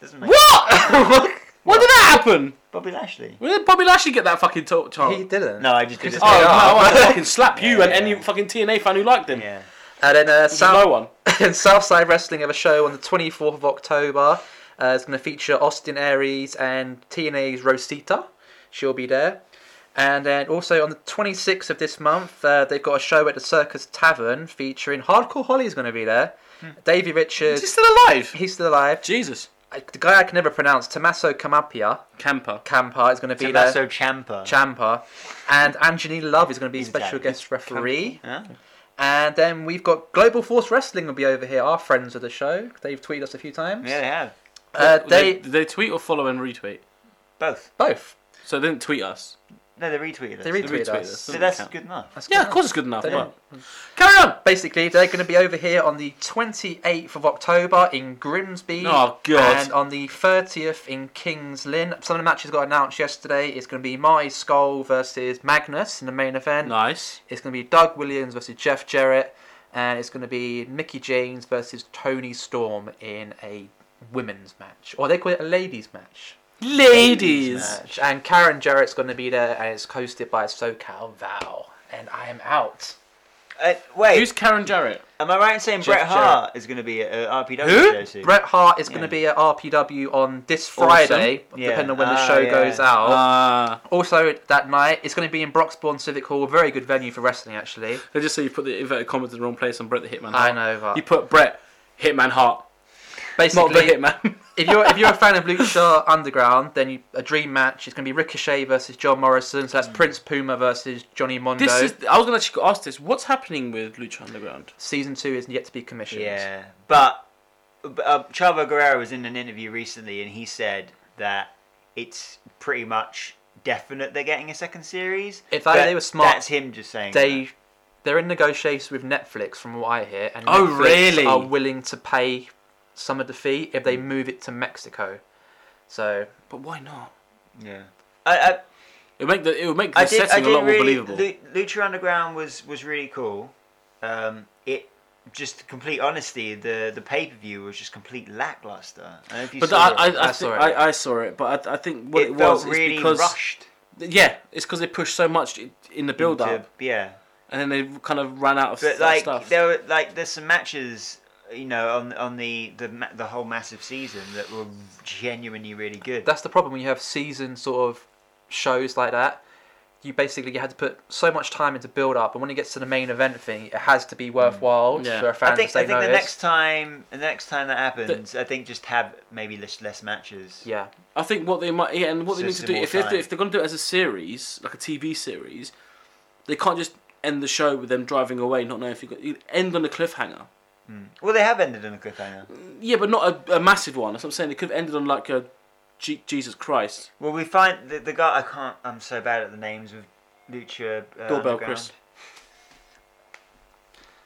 [SPEAKER 3] Doesn't make
[SPEAKER 1] What? what did that happen?
[SPEAKER 3] Bobby Lashley.
[SPEAKER 1] Where did Bobby Lashley get that fucking talk? Charles?
[SPEAKER 2] He didn't.
[SPEAKER 3] Oh. No, I just did
[SPEAKER 2] Chris-
[SPEAKER 3] it.
[SPEAKER 1] Oh,
[SPEAKER 2] Yeah.
[SPEAKER 1] no, I want to fucking slap you
[SPEAKER 3] Yeah,
[SPEAKER 1] and any
[SPEAKER 3] yeah.
[SPEAKER 1] fucking TNA fan who liked him.
[SPEAKER 3] yeah.
[SPEAKER 2] And then uh,
[SPEAKER 1] There's
[SPEAKER 2] South-
[SPEAKER 1] no one.
[SPEAKER 2] and Southside Wrestling have a show on the 24th of October. Uh, it's going to feature Austin Aries and TNA's Rosita. She'll be there. And then also on the 26th of this month, uh, they've got a show at the Circus Tavern featuring Hardcore Holly's going to be there.
[SPEAKER 3] Hmm.
[SPEAKER 2] Davey
[SPEAKER 1] Is he
[SPEAKER 2] Richards,
[SPEAKER 1] still alive?
[SPEAKER 2] he's still alive.
[SPEAKER 1] Jesus.
[SPEAKER 2] I- The guy I can never pronounce, Tommaso Camapia,
[SPEAKER 1] Camper.
[SPEAKER 2] Campa, is going to be there.
[SPEAKER 3] Tommaso Ciampa.
[SPEAKER 2] Champa. And Angelina Love is going to be
[SPEAKER 3] He's
[SPEAKER 2] special
[SPEAKER 3] Italian.
[SPEAKER 2] guest referee.
[SPEAKER 3] Huh?
[SPEAKER 2] And then we've got Global Force Wrestling will be over here. Our friends of the show. They've tweeted us a few times.
[SPEAKER 3] Yeah, they have
[SPEAKER 2] Uh,
[SPEAKER 1] Did
[SPEAKER 2] they
[SPEAKER 1] did they tweet or follow and retweet?
[SPEAKER 3] both.
[SPEAKER 2] both.
[SPEAKER 1] So they didn't tweet us.
[SPEAKER 3] No, they retweeted us.
[SPEAKER 2] They
[SPEAKER 1] They
[SPEAKER 2] retweeted
[SPEAKER 1] retweeted
[SPEAKER 2] us.
[SPEAKER 1] us.
[SPEAKER 3] so
[SPEAKER 1] Doesn't
[SPEAKER 3] that's
[SPEAKER 1] count.
[SPEAKER 3] good enough.
[SPEAKER 2] That's
[SPEAKER 1] Yeah,
[SPEAKER 2] good
[SPEAKER 1] of course it's good enough.
[SPEAKER 2] They
[SPEAKER 1] What? Carry on.
[SPEAKER 2] Basically, they're going to be over here on the 28th of October in Grimsby.
[SPEAKER 1] Oh, God.
[SPEAKER 2] And on the 30th in Kings Lynn. Some of the matches got announced yesterday. It's going to be Marty Skull versus Magnus in the main event.
[SPEAKER 1] Nice.
[SPEAKER 2] It's going to be Doug Williams versus Jeff Jarrett. And it's going to be Mickey James versus Tony Storm in a women's match. Or they call it a ladies' match.
[SPEAKER 1] Ladies.
[SPEAKER 2] match. And Karen Jarrett's going to be there, and it's hosted by SoCal Val. And I am out.
[SPEAKER 3] Uh, wait,
[SPEAKER 1] Who's Karen Jarrett?
[SPEAKER 3] am I right in saying
[SPEAKER 2] Jeff
[SPEAKER 3] Bret Hart is going to be at uh, RPW
[SPEAKER 1] Who?
[SPEAKER 3] show soon?
[SPEAKER 2] Bret Hart is going
[SPEAKER 3] Yeah.
[SPEAKER 2] to be at RPW on this Friday,
[SPEAKER 3] Yeah.
[SPEAKER 2] depending on when
[SPEAKER 3] Ah,
[SPEAKER 2] the show
[SPEAKER 3] yeah.
[SPEAKER 2] goes out.
[SPEAKER 1] Uh,
[SPEAKER 2] also, that night, it's going to be in Broxbourne Civic Hall, a very good venue for wrestling, actually.
[SPEAKER 1] they just say you put the inverted commas in the wrong place on Brett the Hitman.
[SPEAKER 2] I
[SPEAKER 1] Hart.
[SPEAKER 2] know,
[SPEAKER 1] You
[SPEAKER 2] but
[SPEAKER 1] put Brett Hitman Hart, not the
[SPEAKER 2] basically,
[SPEAKER 1] Hitman.
[SPEAKER 2] if you're if you're a fan of Lucha Underground, then you, a dream match is going to be Ricochet versus John Morrison. So that's Prince Puma versus Johnny Mondo.
[SPEAKER 1] this is. I was gonna actually ask this. What's happening with Lucha Underground?
[SPEAKER 2] Season two is yet to be commissioned.
[SPEAKER 3] Yeah, but but, uh, Chavo Guerrero was in an interview recently, and he said that it's pretty much definite they're getting a second series.
[SPEAKER 2] If that-
[SPEAKER 3] but
[SPEAKER 2] they were smart,
[SPEAKER 3] that's him just saying.
[SPEAKER 2] they they're in negotiations with Netflix, from what I hear, and
[SPEAKER 1] Oh,
[SPEAKER 2] Netflix
[SPEAKER 1] really? Mm.
[SPEAKER 2] are willing to pay some of the fee if they move it to Mexico. So
[SPEAKER 1] But why not?
[SPEAKER 3] that. yeah. I, I,
[SPEAKER 1] It would make the it would make the
[SPEAKER 3] I did, I
[SPEAKER 1] setting
[SPEAKER 3] did
[SPEAKER 1] a lot
[SPEAKER 3] really,
[SPEAKER 1] more believable.
[SPEAKER 3] Lu- Lucha Underground was was really cool. Um, it just complete honesty. The the pay per view was just complete lackluster. I don't know if you
[SPEAKER 1] But
[SPEAKER 3] saw
[SPEAKER 1] I,
[SPEAKER 3] it.
[SPEAKER 1] I, I,
[SPEAKER 2] I
[SPEAKER 1] think-
[SPEAKER 2] saw it.
[SPEAKER 1] I, I saw it, but I, I think what
[SPEAKER 3] it,
[SPEAKER 1] it, was
[SPEAKER 3] felt really
[SPEAKER 1] is because
[SPEAKER 3] rushed.
[SPEAKER 1] yeah, it's because they pushed so much i- in the build
[SPEAKER 3] into-
[SPEAKER 1] up,
[SPEAKER 3] yeah.
[SPEAKER 1] and then they kind of ran out of
[SPEAKER 3] But
[SPEAKER 1] st-
[SPEAKER 3] like
[SPEAKER 1] stuff.
[SPEAKER 3] there were like there's some matches you know on on the the ma- the whole massive season that were genuinely really good.
[SPEAKER 2] that's the problem when you have season sort of shows like that. you basically had to put so much time into build up, and when it gets to the main event thing, it has to be worthwhile
[SPEAKER 1] Mm. Yeah.
[SPEAKER 2] for a fan
[SPEAKER 3] I think
[SPEAKER 2] to say
[SPEAKER 3] I think
[SPEAKER 2] no.
[SPEAKER 3] the next time the next time that happens, I think just have maybe less less matches.
[SPEAKER 2] yeah,
[SPEAKER 1] I think what they might yeah, and what they
[SPEAKER 3] So
[SPEAKER 1] need
[SPEAKER 3] it's
[SPEAKER 1] to do
[SPEAKER 3] more
[SPEAKER 1] if they're,
[SPEAKER 3] time.
[SPEAKER 1] if they're going to do it as a series, like a TV series, they can't just end the show with them driving away, not knowing if you got you end on a cliffhanger.
[SPEAKER 3] Mm. Well, they have ended on a cliffhanger.
[SPEAKER 1] Yeah, but not a, a massive one. That's what I'm saying. They could have ended on like a G- Jesus Christ.
[SPEAKER 3] Well, we find the, the guy I can't. I'm so bad at the names of Lucha. Uh,
[SPEAKER 1] Doorbell,
[SPEAKER 3] Underground.
[SPEAKER 1] Chris.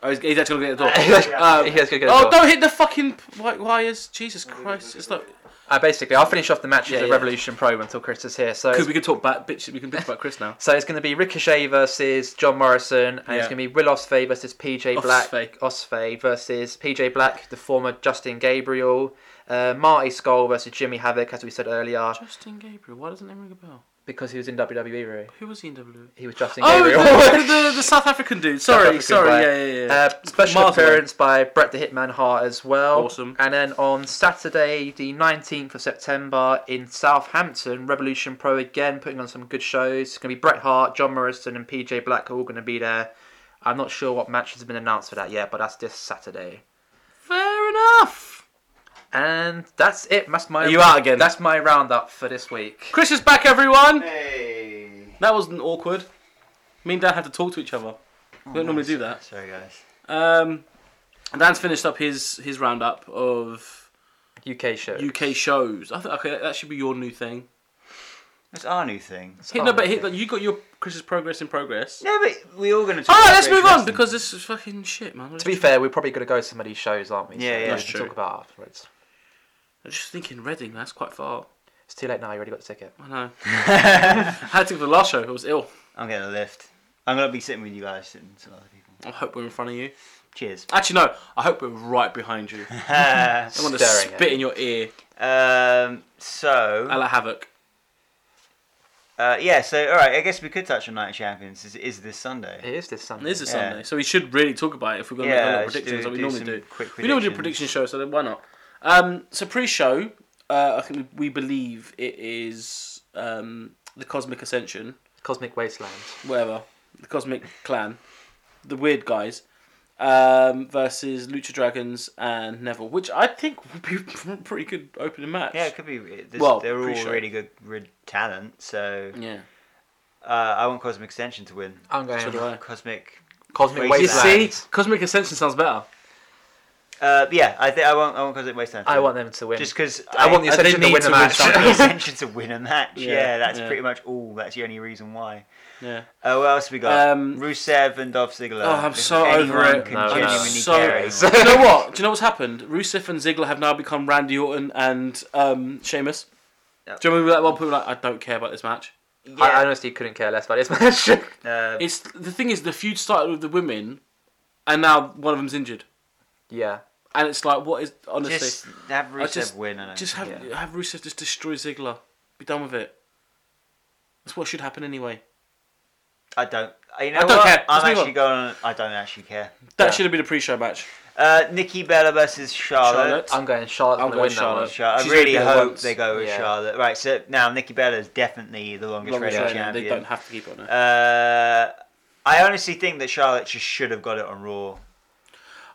[SPEAKER 1] Oh, he's, he's actually going to get the door.
[SPEAKER 3] Yeah.
[SPEAKER 1] Um,
[SPEAKER 2] He has to get a
[SPEAKER 1] oh,
[SPEAKER 2] door.
[SPEAKER 1] don't hit the fucking wi- wires! Jesus Christ! It's like
[SPEAKER 2] Uh, basically, I'll finish off the matches
[SPEAKER 1] Yeah,
[SPEAKER 2] of
[SPEAKER 1] yeah.
[SPEAKER 2] Revolution Pro until Chris is here. So,
[SPEAKER 1] because
[SPEAKER 2] it's,
[SPEAKER 1] we can talk about bitch. We can talk about Chris now.
[SPEAKER 2] so it's going to be Ricochet versus John Morrison, and it's
[SPEAKER 1] Yeah.
[SPEAKER 2] going to be Will Ospreay versus PJ Black,
[SPEAKER 1] Ospreay.
[SPEAKER 2] Ospreay versus PJ Black, the former Justin Gabriel, uh, Marty Skull versus Jimmy Havoc, as we said earlier,
[SPEAKER 1] Justin Gabriel. Why doesn't it ring a bell?
[SPEAKER 2] because he was in WWE. Really.
[SPEAKER 1] Who was he in WWE?
[SPEAKER 2] He was Justin
[SPEAKER 1] Oh,
[SPEAKER 2] Gabriel.
[SPEAKER 1] the, the, the South African dude. Sorry,
[SPEAKER 2] African
[SPEAKER 1] sorry.
[SPEAKER 2] guy.
[SPEAKER 1] Yeah, yeah, yeah.
[SPEAKER 2] Uh, special
[SPEAKER 1] Miles
[SPEAKER 2] appearance by Brett the Hitman Hart as well.
[SPEAKER 1] Awesome.
[SPEAKER 2] And then on Saturday, the 19th of September in Southampton, Revolution Pro again putting on some good shows. It's going to be Bret Hart, John Morrison, and PJ Black are all going to be there. I'm not sure what match has been announced for that yet, but that's this Saturday.
[SPEAKER 1] Fair enough.
[SPEAKER 2] And that's it. That's my
[SPEAKER 1] Are you out again?
[SPEAKER 2] That's my roundup for this week.
[SPEAKER 1] Chris is back, everyone.
[SPEAKER 3] Hey.
[SPEAKER 1] That wasn't awkward. Me and Dan had to talk to each other. We
[SPEAKER 2] Oh,
[SPEAKER 1] don't normally do that.
[SPEAKER 3] Sorry, guys.
[SPEAKER 1] Um, Dan's finished up his his roundup of
[SPEAKER 2] UK show.
[SPEAKER 1] UK shows. I think okay, that should be your new thing.
[SPEAKER 3] That's our new thing.
[SPEAKER 1] Hit,
[SPEAKER 2] Oh,
[SPEAKER 1] no, but hit, like, you got your Chris's progress in progress.
[SPEAKER 3] No, but we're all going to talk.
[SPEAKER 1] All right,
[SPEAKER 3] about
[SPEAKER 1] Ah, let's
[SPEAKER 3] British
[SPEAKER 1] move on
[SPEAKER 3] wrestling.
[SPEAKER 1] because this is fucking shit, man.
[SPEAKER 2] To be fair, we're probably going to go to some of these shows, aren't we?
[SPEAKER 3] Yeah, yeah.
[SPEAKER 2] we
[SPEAKER 3] That's
[SPEAKER 2] can
[SPEAKER 1] true.
[SPEAKER 2] talk about afterwards.
[SPEAKER 1] I'm just thinking Reading. That's quite far.
[SPEAKER 2] It's too late now. You already got the ticket.
[SPEAKER 1] I know. I had to for the last show. I was ill.
[SPEAKER 3] I'm getting a lift. I'm going to be sitting with you guys sitting with some other people.
[SPEAKER 1] I hope we're in front of you.
[SPEAKER 3] Cheers.
[SPEAKER 1] Actually, no. I hope we're right behind you. I want to
[SPEAKER 2] Staring at
[SPEAKER 1] spit
[SPEAKER 2] you.
[SPEAKER 1] in your ear.
[SPEAKER 3] um. So.
[SPEAKER 1] Ella Havoc.
[SPEAKER 3] Uh, yeah, so all right, I guess we could touch on Night of Champions. Is, is this Sunday?
[SPEAKER 2] It is this Sunday.
[SPEAKER 1] It is a
[SPEAKER 3] Yeah.
[SPEAKER 1] Sunday, so we should really talk about it if we're going to make a
[SPEAKER 3] Yeah,
[SPEAKER 1] lot of
[SPEAKER 3] let's
[SPEAKER 1] predictions
[SPEAKER 3] do-
[SPEAKER 1] that we
[SPEAKER 3] do
[SPEAKER 1] normally
[SPEAKER 3] some
[SPEAKER 1] do.
[SPEAKER 3] quick
[SPEAKER 1] We normally do prediction
[SPEAKER 3] predictions.
[SPEAKER 1] shows, so then why not? Um, so pre-show, uh, I think we we believe it is um, the Cosmic Ascension,
[SPEAKER 2] Cosmic Wasteland.
[SPEAKER 1] whatever, the Cosmic Clan, the weird guys, um, versus Lucha Dragons and Neville, which I think would be a pretty good opening match.
[SPEAKER 3] Yeah, it could be. This,
[SPEAKER 1] Well,
[SPEAKER 3] they're all
[SPEAKER 1] pre-show.
[SPEAKER 3] really good re- talent, so
[SPEAKER 1] yeah.
[SPEAKER 3] uh, I want Cosmic Extension to win.
[SPEAKER 2] I'm going
[SPEAKER 1] So do I.
[SPEAKER 3] Cosmic.
[SPEAKER 2] Cosmic
[SPEAKER 3] Wasteland.
[SPEAKER 1] You
[SPEAKER 2] Wasteland.
[SPEAKER 1] see, Cosmic Ascension sounds better.
[SPEAKER 3] Uh, yeah, I think I want. I want Cosmic Wasteland. To
[SPEAKER 2] I
[SPEAKER 3] win.
[SPEAKER 2] want them to win.
[SPEAKER 3] Just because
[SPEAKER 2] I want the Ascension to
[SPEAKER 3] need
[SPEAKER 2] win a match.
[SPEAKER 3] Cosmic Ascension to win a match.
[SPEAKER 1] Yeah,
[SPEAKER 3] Yeah, that's
[SPEAKER 1] yeah.
[SPEAKER 3] pretty much all. That's the only reason why.
[SPEAKER 1] Yeah.
[SPEAKER 3] Uh, what else we got?
[SPEAKER 1] Um,
[SPEAKER 3] Rusev and Dolph Ziggler.
[SPEAKER 1] Oh, I'm
[SPEAKER 3] If
[SPEAKER 1] so over
[SPEAKER 3] anyone
[SPEAKER 1] it.
[SPEAKER 3] Can
[SPEAKER 2] No, no.
[SPEAKER 3] genuinely
[SPEAKER 1] So-
[SPEAKER 3] care anymore.
[SPEAKER 1] Do you know what? Do you know what's happened? Rusev and Ziggler have now become Randy Orton and um, Sheamus.
[SPEAKER 3] Yeah.
[SPEAKER 1] Do you remember that one point? Like, I don't care about this match.
[SPEAKER 3] Yeah.
[SPEAKER 2] I I honestly couldn't care less about this match.
[SPEAKER 3] uh,
[SPEAKER 1] It's the thing is the feud started with the women, and now one of them's injured,
[SPEAKER 2] yeah.
[SPEAKER 1] and it's like what is honestly?
[SPEAKER 3] just have
[SPEAKER 1] I
[SPEAKER 3] Rusev
[SPEAKER 1] just
[SPEAKER 3] win. I know.
[SPEAKER 1] just have
[SPEAKER 2] yeah.
[SPEAKER 1] have Rusev just destroy Ziggler. Be done with it. That's what should happen anyway.
[SPEAKER 3] I don't. uh, You know
[SPEAKER 1] don't
[SPEAKER 3] what?
[SPEAKER 1] care. Let's
[SPEAKER 3] I'm
[SPEAKER 1] move
[SPEAKER 3] actually
[SPEAKER 1] on.
[SPEAKER 3] going. I don't actually care.
[SPEAKER 1] That
[SPEAKER 2] Yeah.
[SPEAKER 1] should have been a pre-show match.
[SPEAKER 3] Uh, Nikki Bella versus Charlotte.
[SPEAKER 1] Charlotte.
[SPEAKER 2] I'm going Charlotte's
[SPEAKER 1] I'm going
[SPEAKER 2] going to win
[SPEAKER 1] Charlotte.
[SPEAKER 2] that one.
[SPEAKER 3] Char- I
[SPEAKER 1] She's
[SPEAKER 3] really
[SPEAKER 1] already been
[SPEAKER 3] hope
[SPEAKER 1] once.
[SPEAKER 3] they go with
[SPEAKER 2] Yeah.
[SPEAKER 3] Charlotte. Right, so now Nikki Bella is definitely the longest
[SPEAKER 1] Long
[SPEAKER 3] reigning
[SPEAKER 1] reigning,
[SPEAKER 3] champion.
[SPEAKER 1] They don't have to keep it on her.
[SPEAKER 3] Uh, I honestly think that Charlotte just should have got it on Raw.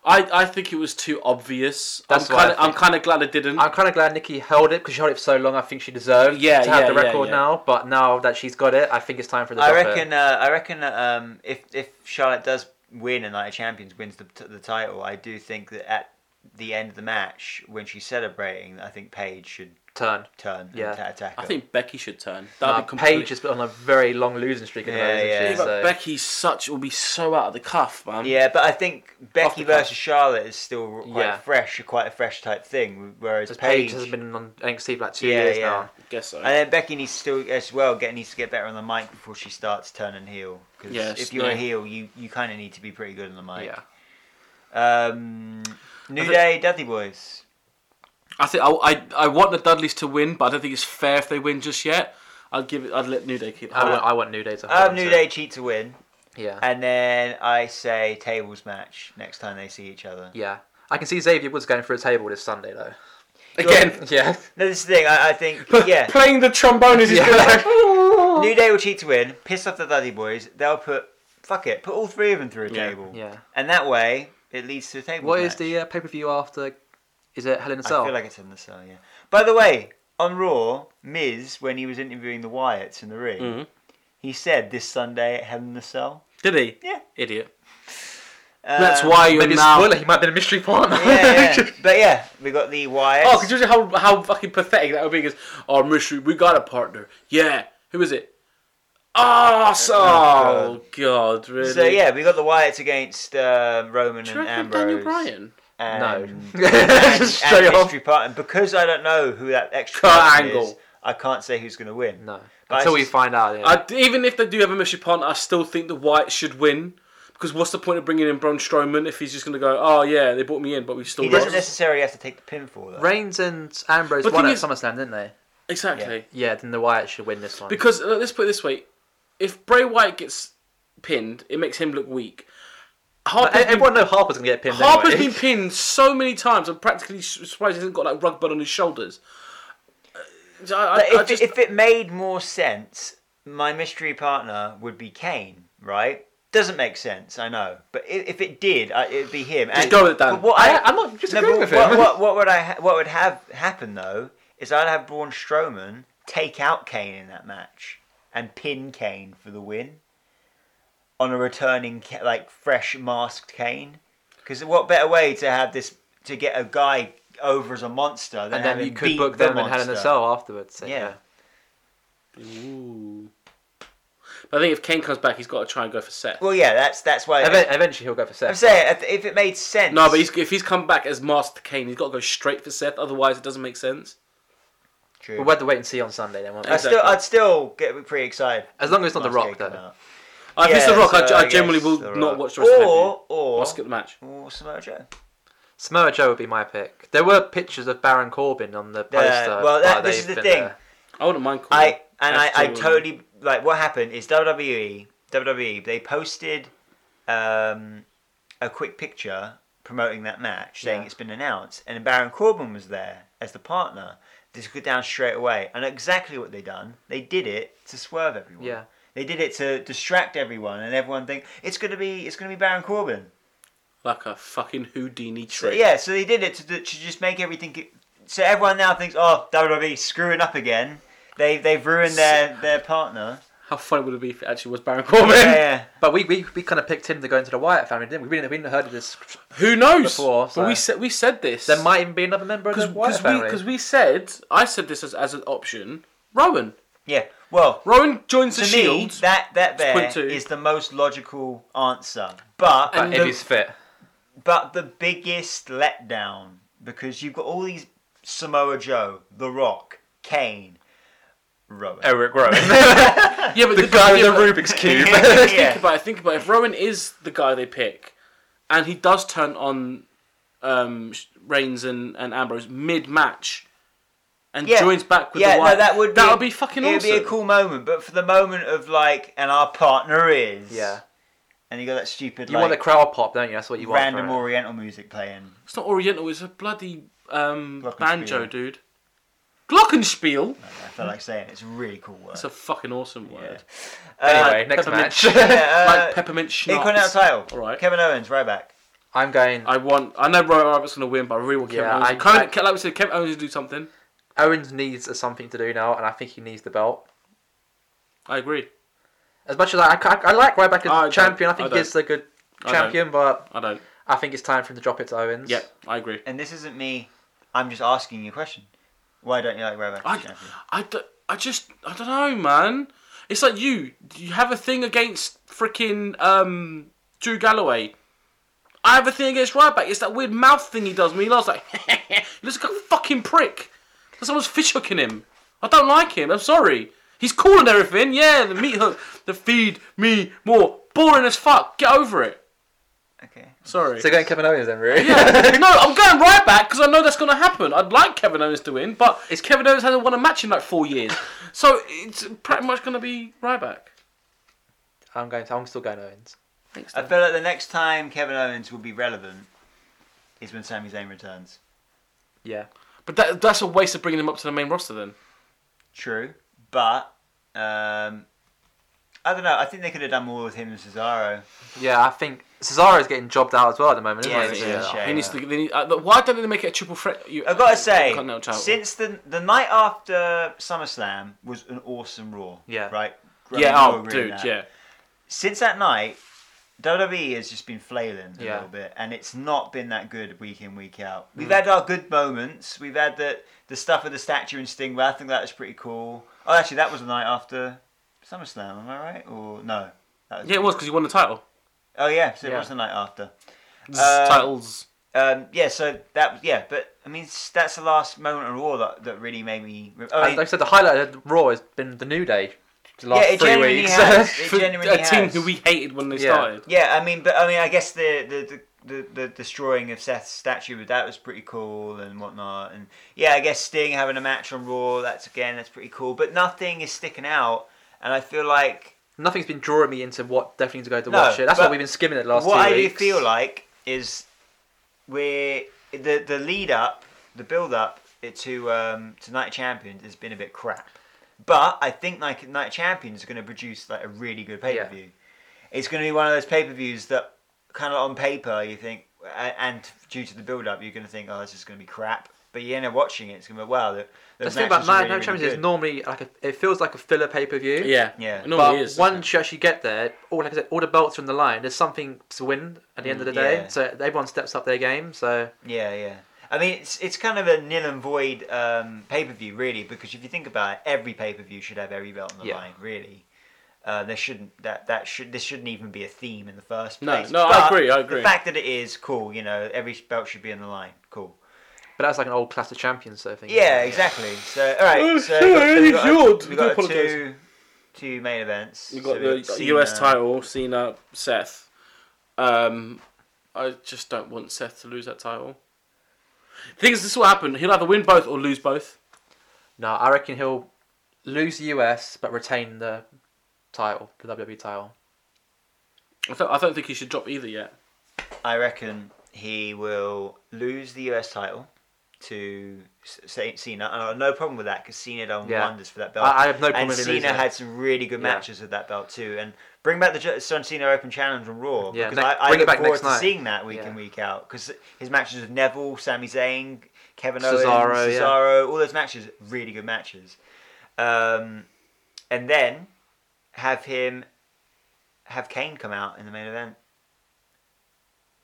[SPEAKER 1] I, I think it was too obvious.
[SPEAKER 2] That's
[SPEAKER 1] I'm
[SPEAKER 2] what I
[SPEAKER 1] kind of I'm kind of glad I didn't.
[SPEAKER 2] I'm kind of glad Nikki held it because she held it for so long. I think she deserved
[SPEAKER 1] Yeah,
[SPEAKER 2] to have
[SPEAKER 1] yeah,
[SPEAKER 2] the
[SPEAKER 1] yeah,
[SPEAKER 2] record
[SPEAKER 1] yeah.
[SPEAKER 2] now. But now that she's got it, I think it's time for the.
[SPEAKER 3] I
[SPEAKER 2] drop it.
[SPEAKER 3] reckon. Uh, I reckon. uh, Um, if if Charlotte does win and Night of Champions wins the, t- the title, I do think that at the end of the match when she's celebrating, I think Paige should
[SPEAKER 2] turn.
[SPEAKER 3] turn
[SPEAKER 2] Yeah.
[SPEAKER 3] and ta- attack her.
[SPEAKER 1] I think Becky should turn. That'd
[SPEAKER 2] Now,
[SPEAKER 1] be complete-
[SPEAKER 2] Paige has been on a very long losing streak at the
[SPEAKER 3] Yeah,
[SPEAKER 2] moment, isn't
[SPEAKER 3] yeah.
[SPEAKER 1] Yeah,
[SPEAKER 2] she?
[SPEAKER 1] but
[SPEAKER 2] So-
[SPEAKER 1] Becky's such will be so out of the cuff, man.
[SPEAKER 3] Yeah, but I think Becky
[SPEAKER 1] the cuff.
[SPEAKER 3] versus Charlotte is still quite
[SPEAKER 2] Yeah.
[SPEAKER 3] fresh, quite a fresh type thing. Whereas
[SPEAKER 2] Because
[SPEAKER 3] Paige,
[SPEAKER 2] Paige has been on NXT for like two
[SPEAKER 3] Yeah,
[SPEAKER 2] years
[SPEAKER 3] yeah.
[SPEAKER 2] now.
[SPEAKER 1] I guess so.
[SPEAKER 3] and then Becky needs to still as well get needs to get better on the mic before she starts turning heel. Because
[SPEAKER 1] Yes,
[SPEAKER 3] if you're
[SPEAKER 1] yeah.
[SPEAKER 3] a heel, you, you kind of need to be pretty good on the mic.
[SPEAKER 2] Yeah.
[SPEAKER 3] Um, New
[SPEAKER 1] I thi-
[SPEAKER 3] Day, Dudley Boys.
[SPEAKER 1] I think I, I I want the Dudleys to win, but I don't think it's fair if they win just yet. I'd give it. I'd let New Day keep.
[SPEAKER 2] I want,
[SPEAKER 1] hold
[SPEAKER 2] I want New Day to hold
[SPEAKER 3] I
[SPEAKER 2] on
[SPEAKER 3] have Um, New
[SPEAKER 2] to
[SPEAKER 3] Day
[SPEAKER 2] it.
[SPEAKER 3] cheat to win,
[SPEAKER 2] Yeah.
[SPEAKER 3] and then I say tables match next time they see each other.
[SPEAKER 2] Yeah. I can see Xavier Woods going for a table this Sunday though.
[SPEAKER 1] on. again.
[SPEAKER 2] Yeah.
[SPEAKER 3] No, this is the thing. I, I think yeah.
[SPEAKER 1] Playing the trombone is his
[SPEAKER 2] Yeah.
[SPEAKER 1] good.
[SPEAKER 3] New Day will cheat to win, piss off the Dudley Boys. They'll put fuck it, put all three of them through a
[SPEAKER 1] Yeah.
[SPEAKER 3] table,
[SPEAKER 2] Yeah.
[SPEAKER 3] and that way it leads to a table.
[SPEAKER 2] What
[SPEAKER 3] match.
[SPEAKER 2] is the uh, pay per view after? Is it Hell in a
[SPEAKER 3] I
[SPEAKER 2] Cell?
[SPEAKER 3] feel like it's in the cell. Yeah. By the way, on Raw, Miz when he was interviewing the Wyatts in the ring,
[SPEAKER 1] Mhm.
[SPEAKER 3] he said this Sunday at Hell in the Cell.
[SPEAKER 1] Did he?
[SPEAKER 3] Yeah.
[SPEAKER 1] Idiot.
[SPEAKER 3] Um,
[SPEAKER 1] That's why you're
[SPEAKER 2] Maybe
[SPEAKER 1] now.
[SPEAKER 2] spoiler. He might be a mystery partner.
[SPEAKER 3] yeah, yeah. but yeah, we got the Wyatts.
[SPEAKER 1] Oh, could you imagine how, how fucking pathetic that would be? Because, oh, mystery, we got a partner. Yeah. Who is it? Oh, so, oh God, really?
[SPEAKER 3] so yeah, we got the Wyatts against uh, Roman
[SPEAKER 1] Do you
[SPEAKER 3] and
[SPEAKER 1] reckon
[SPEAKER 3] Ambrose.
[SPEAKER 1] Daniel Bryan?
[SPEAKER 2] No.
[SPEAKER 3] And,
[SPEAKER 2] Just straight
[SPEAKER 3] and
[SPEAKER 2] off.
[SPEAKER 3] mystery part. And because I don't know who that extra
[SPEAKER 1] Kurt
[SPEAKER 3] person
[SPEAKER 1] Angle.
[SPEAKER 3] is, I can't say who's going to win.
[SPEAKER 2] No.
[SPEAKER 3] But
[SPEAKER 2] Until
[SPEAKER 3] I
[SPEAKER 2] we
[SPEAKER 3] just-
[SPEAKER 2] find out. Yeah.
[SPEAKER 1] I, even if they do have a mystery partner, I still think the White should win. Because what's the point of bringing in Braun Strowman if he's just going to go, oh, yeah, they brought me in, but we still
[SPEAKER 3] He doesn't
[SPEAKER 1] lost?
[SPEAKER 3] necessarily have to take the pinfall. Though.
[SPEAKER 2] Reigns and Ambrose
[SPEAKER 1] But
[SPEAKER 2] won
[SPEAKER 1] thing
[SPEAKER 2] at
[SPEAKER 1] is-
[SPEAKER 2] SummerSlam, didn't they?
[SPEAKER 1] Exactly.
[SPEAKER 2] Yeah. Then the Wyatt should win this one.
[SPEAKER 1] Because uh, let's put it this way: if Bray White gets pinned, it makes him look weak.
[SPEAKER 2] But
[SPEAKER 1] Harper's,
[SPEAKER 2] e-
[SPEAKER 1] been,
[SPEAKER 2] everyone know Harper's gonna get pinned.
[SPEAKER 1] Harper's
[SPEAKER 2] anyway.
[SPEAKER 1] been pinned so many times. I'm practically s- surprised he hasn't got like rug butt on his shoulders. Uh, so I,
[SPEAKER 3] But
[SPEAKER 1] I, I
[SPEAKER 3] if,
[SPEAKER 1] just,
[SPEAKER 3] it, if it made more sense, my mystery partner would be Kane, right? Doesn't make sense, I know. But if, if it did, I, it'd be him. And-
[SPEAKER 1] go with it, Dan.
[SPEAKER 3] but what
[SPEAKER 2] I,
[SPEAKER 3] I,
[SPEAKER 2] I'm not disagreeing
[SPEAKER 3] no,
[SPEAKER 2] with
[SPEAKER 3] but
[SPEAKER 2] him.
[SPEAKER 3] what, what, what would I? Ha- what would have happen though is I'd have Braun Strowman take out Kane in that match and pin Kane for the win on a returning Ca- like fresh masked Kane. Because what better way to have this to get a guy over as a monster than
[SPEAKER 2] and
[SPEAKER 3] have
[SPEAKER 2] then you
[SPEAKER 3] him
[SPEAKER 2] could
[SPEAKER 3] beat
[SPEAKER 2] book
[SPEAKER 3] the
[SPEAKER 2] them in Hell in a
[SPEAKER 3] monster?
[SPEAKER 2] Cell afterwards. so,
[SPEAKER 3] Yeah.
[SPEAKER 1] Ooh. But I think if Kane comes back, he's got to try and go for Seth.
[SPEAKER 3] Well, yeah, that's that's why.
[SPEAKER 2] Even- Eventually he'll go for
[SPEAKER 3] I'm
[SPEAKER 2] Seth.
[SPEAKER 3] saying if- if it made sense.
[SPEAKER 1] no, but he's, if he's come back as Master Kane, he's got to go straight for Seth. Otherwise, it doesn't make sense.
[SPEAKER 3] True.
[SPEAKER 2] We'll have to wait and see on Sunday then. Won't we?
[SPEAKER 3] I still,
[SPEAKER 1] Exactly.
[SPEAKER 3] I'd still get pretty excited.
[SPEAKER 2] As long as it's not The
[SPEAKER 3] Last
[SPEAKER 2] Rock,
[SPEAKER 3] day come
[SPEAKER 2] though.
[SPEAKER 3] out.
[SPEAKER 1] Uh, if it's
[SPEAKER 3] Yeah,
[SPEAKER 1] The Rock, I,
[SPEAKER 3] so
[SPEAKER 1] I
[SPEAKER 3] guess
[SPEAKER 1] generally will
[SPEAKER 3] The
[SPEAKER 1] not
[SPEAKER 3] Rock.
[SPEAKER 1] watch the rest of
[SPEAKER 3] or
[SPEAKER 1] the
[SPEAKER 3] or
[SPEAKER 1] I'll skip the match.
[SPEAKER 3] or Samoa Joe.
[SPEAKER 2] Samoa Joe would be my pick. There were pictures of Baron Corbin on the poster.
[SPEAKER 3] well, that-
[SPEAKER 2] but
[SPEAKER 3] this
[SPEAKER 2] they've
[SPEAKER 3] is the
[SPEAKER 2] been,
[SPEAKER 3] thing.
[SPEAKER 2] uh,
[SPEAKER 1] I wouldn't mind. Corbin.
[SPEAKER 3] I and I,
[SPEAKER 1] That's
[SPEAKER 3] I
[SPEAKER 1] true.
[SPEAKER 3] totally like what happened is E, WWE WWE they posted um, a quick picture promoting that match saying
[SPEAKER 2] Yeah.
[SPEAKER 3] it's been announced and Baron Corbin was there as the partner. They took it down straight away and exactly what they done. They did it to swerve everyone.
[SPEAKER 2] Yeah.
[SPEAKER 3] They did it to distract everyone and everyone think it's gonna be it's gonna be Baron Corbin.
[SPEAKER 1] like a fucking Houdini
[SPEAKER 3] So,
[SPEAKER 1] trick.
[SPEAKER 3] yeah, so they did it to, to just make everything. So everyone now thinks, oh, WWE screwing up again. They they've ruined their their partner.
[SPEAKER 1] How funny would it be if it actually was Baron Corbin?
[SPEAKER 3] Yeah, yeah.
[SPEAKER 2] But we, we, we kind of picked him to go into the Wyatt family, didn't we? We didn't, we didn't heard of this.
[SPEAKER 1] Who knows?
[SPEAKER 2] Before,
[SPEAKER 1] But we
[SPEAKER 2] so-
[SPEAKER 1] said we said this.
[SPEAKER 2] There might even be another member of the Wyatt
[SPEAKER 1] because we
[SPEAKER 2] family.
[SPEAKER 1] because we said I said this as, as an option. Rowan,
[SPEAKER 3] Yeah. Well,
[SPEAKER 1] Rowan joins
[SPEAKER 3] to
[SPEAKER 1] the
[SPEAKER 3] me,
[SPEAKER 1] Shield.
[SPEAKER 3] that that there
[SPEAKER 1] point two.
[SPEAKER 3] is the most logical answer. But
[SPEAKER 1] And
[SPEAKER 2] but
[SPEAKER 1] the-
[SPEAKER 2] if he's fit.
[SPEAKER 3] but the biggest letdown because you've got all these Samoa Joe, The Rock, Kane, Rowan.
[SPEAKER 2] Eric Rowan.
[SPEAKER 1] yeah, but
[SPEAKER 2] the guy with
[SPEAKER 1] yeah,
[SPEAKER 2] the
[SPEAKER 1] but
[SPEAKER 2] Rubik's Cube.
[SPEAKER 1] Think
[SPEAKER 3] yeah.
[SPEAKER 1] about it. Think about it. If Rowan is the guy they pick, and he does turn on um, Sh- Reigns and, and Ambrose mid match, and
[SPEAKER 3] Yeah.
[SPEAKER 1] joins back with
[SPEAKER 3] yeah,
[SPEAKER 1] the Wyatt,
[SPEAKER 3] no, that would
[SPEAKER 1] that would
[SPEAKER 3] be
[SPEAKER 1] be fucking
[SPEAKER 3] It would
[SPEAKER 1] awesome.
[SPEAKER 3] be a cool moment, but for the moment of like, and our partner is
[SPEAKER 2] yeah.
[SPEAKER 3] and you got that stupid
[SPEAKER 2] You
[SPEAKER 3] like,
[SPEAKER 2] want the crowd pop, don't you? That's what you want.
[SPEAKER 3] random
[SPEAKER 2] for it.
[SPEAKER 3] Oriental music playing.
[SPEAKER 1] It's not Oriental. It's a bloody um,
[SPEAKER 3] Glockenspiel.
[SPEAKER 1] banjo, dude. Glockenspiel.
[SPEAKER 3] I feel like saying it's a really cool Uh, word.
[SPEAKER 1] That's a fucking awesome
[SPEAKER 3] yeah.
[SPEAKER 1] word.
[SPEAKER 2] Anyway, next
[SPEAKER 1] Peppermint.
[SPEAKER 2] match.
[SPEAKER 3] yeah, uh,
[SPEAKER 1] like peppermint schnapps.
[SPEAKER 3] Intercontinental title.
[SPEAKER 1] All right.
[SPEAKER 3] Kevin Owens, right back.
[SPEAKER 2] I'm going
[SPEAKER 1] I want. I know Roman Roberts gonna win, but I really want Kevin
[SPEAKER 2] Yeah,
[SPEAKER 1] Owens.
[SPEAKER 2] I-
[SPEAKER 1] Kevin,
[SPEAKER 2] I-
[SPEAKER 1] Ke- like we said, Kevin Owens to do something.
[SPEAKER 2] Owens needs something to do now, and I think he needs the belt.
[SPEAKER 1] I agree.
[SPEAKER 2] As much as I, I, I like Ryback as
[SPEAKER 1] I don't-
[SPEAKER 2] champion, I
[SPEAKER 1] I
[SPEAKER 2] think
[SPEAKER 1] don't.
[SPEAKER 2] he's a good
[SPEAKER 1] I
[SPEAKER 2] champion, but
[SPEAKER 1] I don't.
[SPEAKER 2] I think it's time for him to drop it to Owens.
[SPEAKER 1] Yeah, I agree.
[SPEAKER 3] And this isn't me. I'm just asking you a question. Why don't you like Ryback?
[SPEAKER 1] I,
[SPEAKER 3] as champion?
[SPEAKER 1] I, d- I just I don't know, man. It's like you. You have a thing against freaking um, Drew Galloway. I have a thing against Ryback. It's that weird mouth thing he does when he laughs. Like he looks like a fucking prick. Like someone's fish hooking him. I don't like him. I'm sorry. He's cool and everything. Yeah, the meat hook, the feed me more. Boring as fuck. Get over it.
[SPEAKER 3] Okay.
[SPEAKER 1] Sorry.
[SPEAKER 2] So going Kevin Owens then, really?
[SPEAKER 1] no, I'm going right back because I know that's going to happen. I'd like Kevin Owens to win, but it's Kevin Owens hasn't won a match in like four years, so it's pretty much going to be right back.
[SPEAKER 2] I'm going. I'm still going Owens.
[SPEAKER 1] Thanks.
[SPEAKER 3] I
[SPEAKER 1] Dan.
[SPEAKER 3] feel like the next time Kevin Owens will be relevant is when Sami Zayn returns.
[SPEAKER 2] Yeah.
[SPEAKER 1] But that, that's a waste of bringing him up to the main roster then.
[SPEAKER 3] True, but um, I don't know. I think they could have done more with him and Cesaro.
[SPEAKER 2] Yeah, I think Cesaro's getting jobbed out as well at the moment.
[SPEAKER 3] Yeah,
[SPEAKER 2] isn't he?
[SPEAKER 3] it's a shame.
[SPEAKER 1] He needs to. They need, uh, look, why don't they make it a triple threat? You,
[SPEAKER 3] I've got to say,
[SPEAKER 1] Continental title.
[SPEAKER 3] since the the night after SummerSlam was an awesome Raw.
[SPEAKER 2] Yeah.
[SPEAKER 3] Right.
[SPEAKER 1] yeah, oh,
[SPEAKER 3] Roman Raw ruined
[SPEAKER 1] dude,
[SPEAKER 3] that.
[SPEAKER 1] yeah.
[SPEAKER 3] Since that night, WWE has just been flailing a
[SPEAKER 2] Yeah.
[SPEAKER 3] little bit, and it's not been that good week in week out. We've
[SPEAKER 1] Mm.
[SPEAKER 3] had our good moments. We've had the the stuff with the statue and Sting. Where I think that was pretty cool. Oh, actually, that was the night after SummerSlam. Am I right? Or no? That
[SPEAKER 1] Yeah, it was because he won the title.
[SPEAKER 3] Oh yeah, so it
[SPEAKER 2] Yeah.
[SPEAKER 3] was the night after.
[SPEAKER 1] Z-
[SPEAKER 3] Uh,
[SPEAKER 1] titles.
[SPEAKER 3] Um, yeah, so that was yeah, but I mean s- that's the last moment of Raw that, that really made me. re- Oh,
[SPEAKER 2] And like I said, the highlight of Raw has been the New Day. The last
[SPEAKER 3] it
[SPEAKER 2] three
[SPEAKER 3] genuinely
[SPEAKER 2] weeks.
[SPEAKER 3] has. It
[SPEAKER 1] for
[SPEAKER 3] genuinely
[SPEAKER 1] a team
[SPEAKER 3] has.
[SPEAKER 1] who we hated when they
[SPEAKER 2] Yeah.
[SPEAKER 1] started.
[SPEAKER 3] yeah, I mean, but I mean, I guess the the, the, the, the destroying of Seth's statue with that was pretty cool and whatnot, and yeah, I guess Sting having a match on Raw that's again that's pretty cool, but nothing is sticking out, and I feel like
[SPEAKER 2] Nothing's been drawing me into what definitely need to go to
[SPEAKER 3] No,
[SPEAKER 2] watch it. That's why
[SPEAKER 3] but
[SPEAKER 2] we've been skimming it the last
[SPEAKER 3] what
[SPEAKER 2] two
[SPEAKER 3] I do
[SPEAKER 2] weeks.
[SPEAKER 3] feel like is we're the the lead up, the build up to um, to Night of Champions has been a bit crap, but I think like Night of Champions is going to produce like a really good pay per view. It's going to be one of those pay per views that kind of on paper you think, a- and due to the build up, you're going to think, oh, this is going to be crap. But you end up watching it, it's going to be wow. The, the
[SPEAKER 2] The thing
[SPEAKER 3] matches
[SPEAKER 2] about Night
[SPEAKER 3] are really,
[SPEAKER 2] No
[SPEAKER 3] really
[SPEAKER 2] Champions
[SPEAKER 3] good."
[SPEAKER 2] is normally like a, it feels like a filler pay per view.
[SPEAKER 1] Yeah,
[SPEAKER 3] Yeah.
[SPEAKER 1] It normally
[SPEAKER 2] But
[SPEAKER 1] is.
[SPEAKER 2] once you actually get there, all like I said, all the belts are on the line. There's something to win at the end of the day,
[SPEAKER 3] Mm, yeah.
[SPEAKER 2] so everyone steps up their game. So
[SPEAKER 3] Yeah, yeah. I mean, it's it's kind of a nil and void um, pay per view, really, because if you think about it, every pay per view should have every belt on the
[SPEAKER 2] Yeah.
[SPEAKER 3] line, really. Uh, there shouldn't that that should this shouldn't even be a theme in the first
[SPEAKER 1] No,
[SPEAKER 3] place.
[SPEAKER 1] no, I agree, I agree.
[SPEAKER 3] The fact that it is cool, you know, every belt should be on the line. Cool.
[SPEAKER 2] But that's like an old class of champions sort of thing.
[SPEAKER 3] Yeah, exactly. So, all right.
[SPEAKER 1] Oh,
[SPEAKER 3] So
[SPEAKER 1] sorry,
[SPEAKER 3] we've got, so
[SPEAKER 1] it's yours.
[SPEAKER 3] we've got,
[SPEAKER 1] Do
[SPEAKER 3] a- we've got a two two main events.
[SPEAKER 1] You
[SPEAKER 3] So
[SPEAKER 1] got
[SPEAKER 3] we've
[SPEAKER 1] the
[SPEAKER 3] Cena-
[SPEAKER 1] US title, Cena, Seth. Um, I just don't want Seth to lose that title. Thing is, this will happen. He'll either win both or lose both.
[SPEAKER 2] No, I reckon he'll lose the US but retain the title, the WWE title.
[SPEAKER 1] I don't, I don't think he should drop either yet.
[SPEAKER 3] I reckon he will lose the US title to S- S- Cena. And I have no problem with that because Cena done
[SPEAKER 2] Yeah.
[SPEAKER 3] wonders for that belt.
[SPEAKER 2] I, I have no problem
[SPEAKER 3] and
[SPEAKER 2] with him
[SPEAKER 3] Cena
[SPEAKER 2] losing. it.
[SPEAKER 3] had some really good
[SPEAKER 2] Yeah.
[SPEAKER 3] matches with that belt too. And bring back the Jo- John Cena Open Challenge on Raw.
[SPEAKER 2] Yeah,
[SPEAKER 3] because
[SPEAKER 2] ne-
[SPEAKER 3] I, I
[SPEAKER 2] bring it
[SPEAKER 3] look
[SPEAKER 2] back
[SPEAKER 3] forward
[SPEAKER 2] next
[SPEAKER 3] to
[SPEAKER 2] night.
[SPEAKER 3] seeing that week
[SPEAKER 2] Yeah.
[SPEAKER 3] in week out because his matches with Neville, Sami Zayn, Kevin
[SPEAKER 2] Cesaro,
[SPEAKER 3] Owens,
[SPEAKER 2] yeah.
[SPEAKER 3] Cesaro, all those matches, really good matches. Um, and then have him have Kane come out in the main event.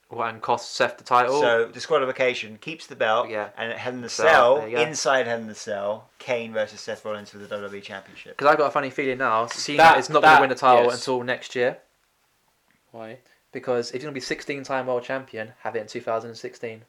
[SPEAKER 2] Well, and cost Seth the title.
[SPEAKER 3] So disqualification keeps the belt,
[SPEAKER 2] Oh. Yeah.
[SPEAKER 3] and Hell in the
[SPEAKER 2] So,
[SPEAKER 3] Cell
[SPEAKER 2] there you go.
[SPEAKER 3] inside Hell in the Cell, Kane versus Seth Rollins for the WWE Championship.
[SPEAKER 2] because I've got a funny feeling now, Cena
[SPEAKER 1] That-
[SPEAKER 2] is not going
[SPEAKER 1] that-
[SPEAKER 2] to win the title
[SPEAKER 1] yes.
[SPEAKER 2] until next year
[SPEAKER 1] Why?
[SPEAKER 2] because if he's going to be 16 time world champion, have it in 2016.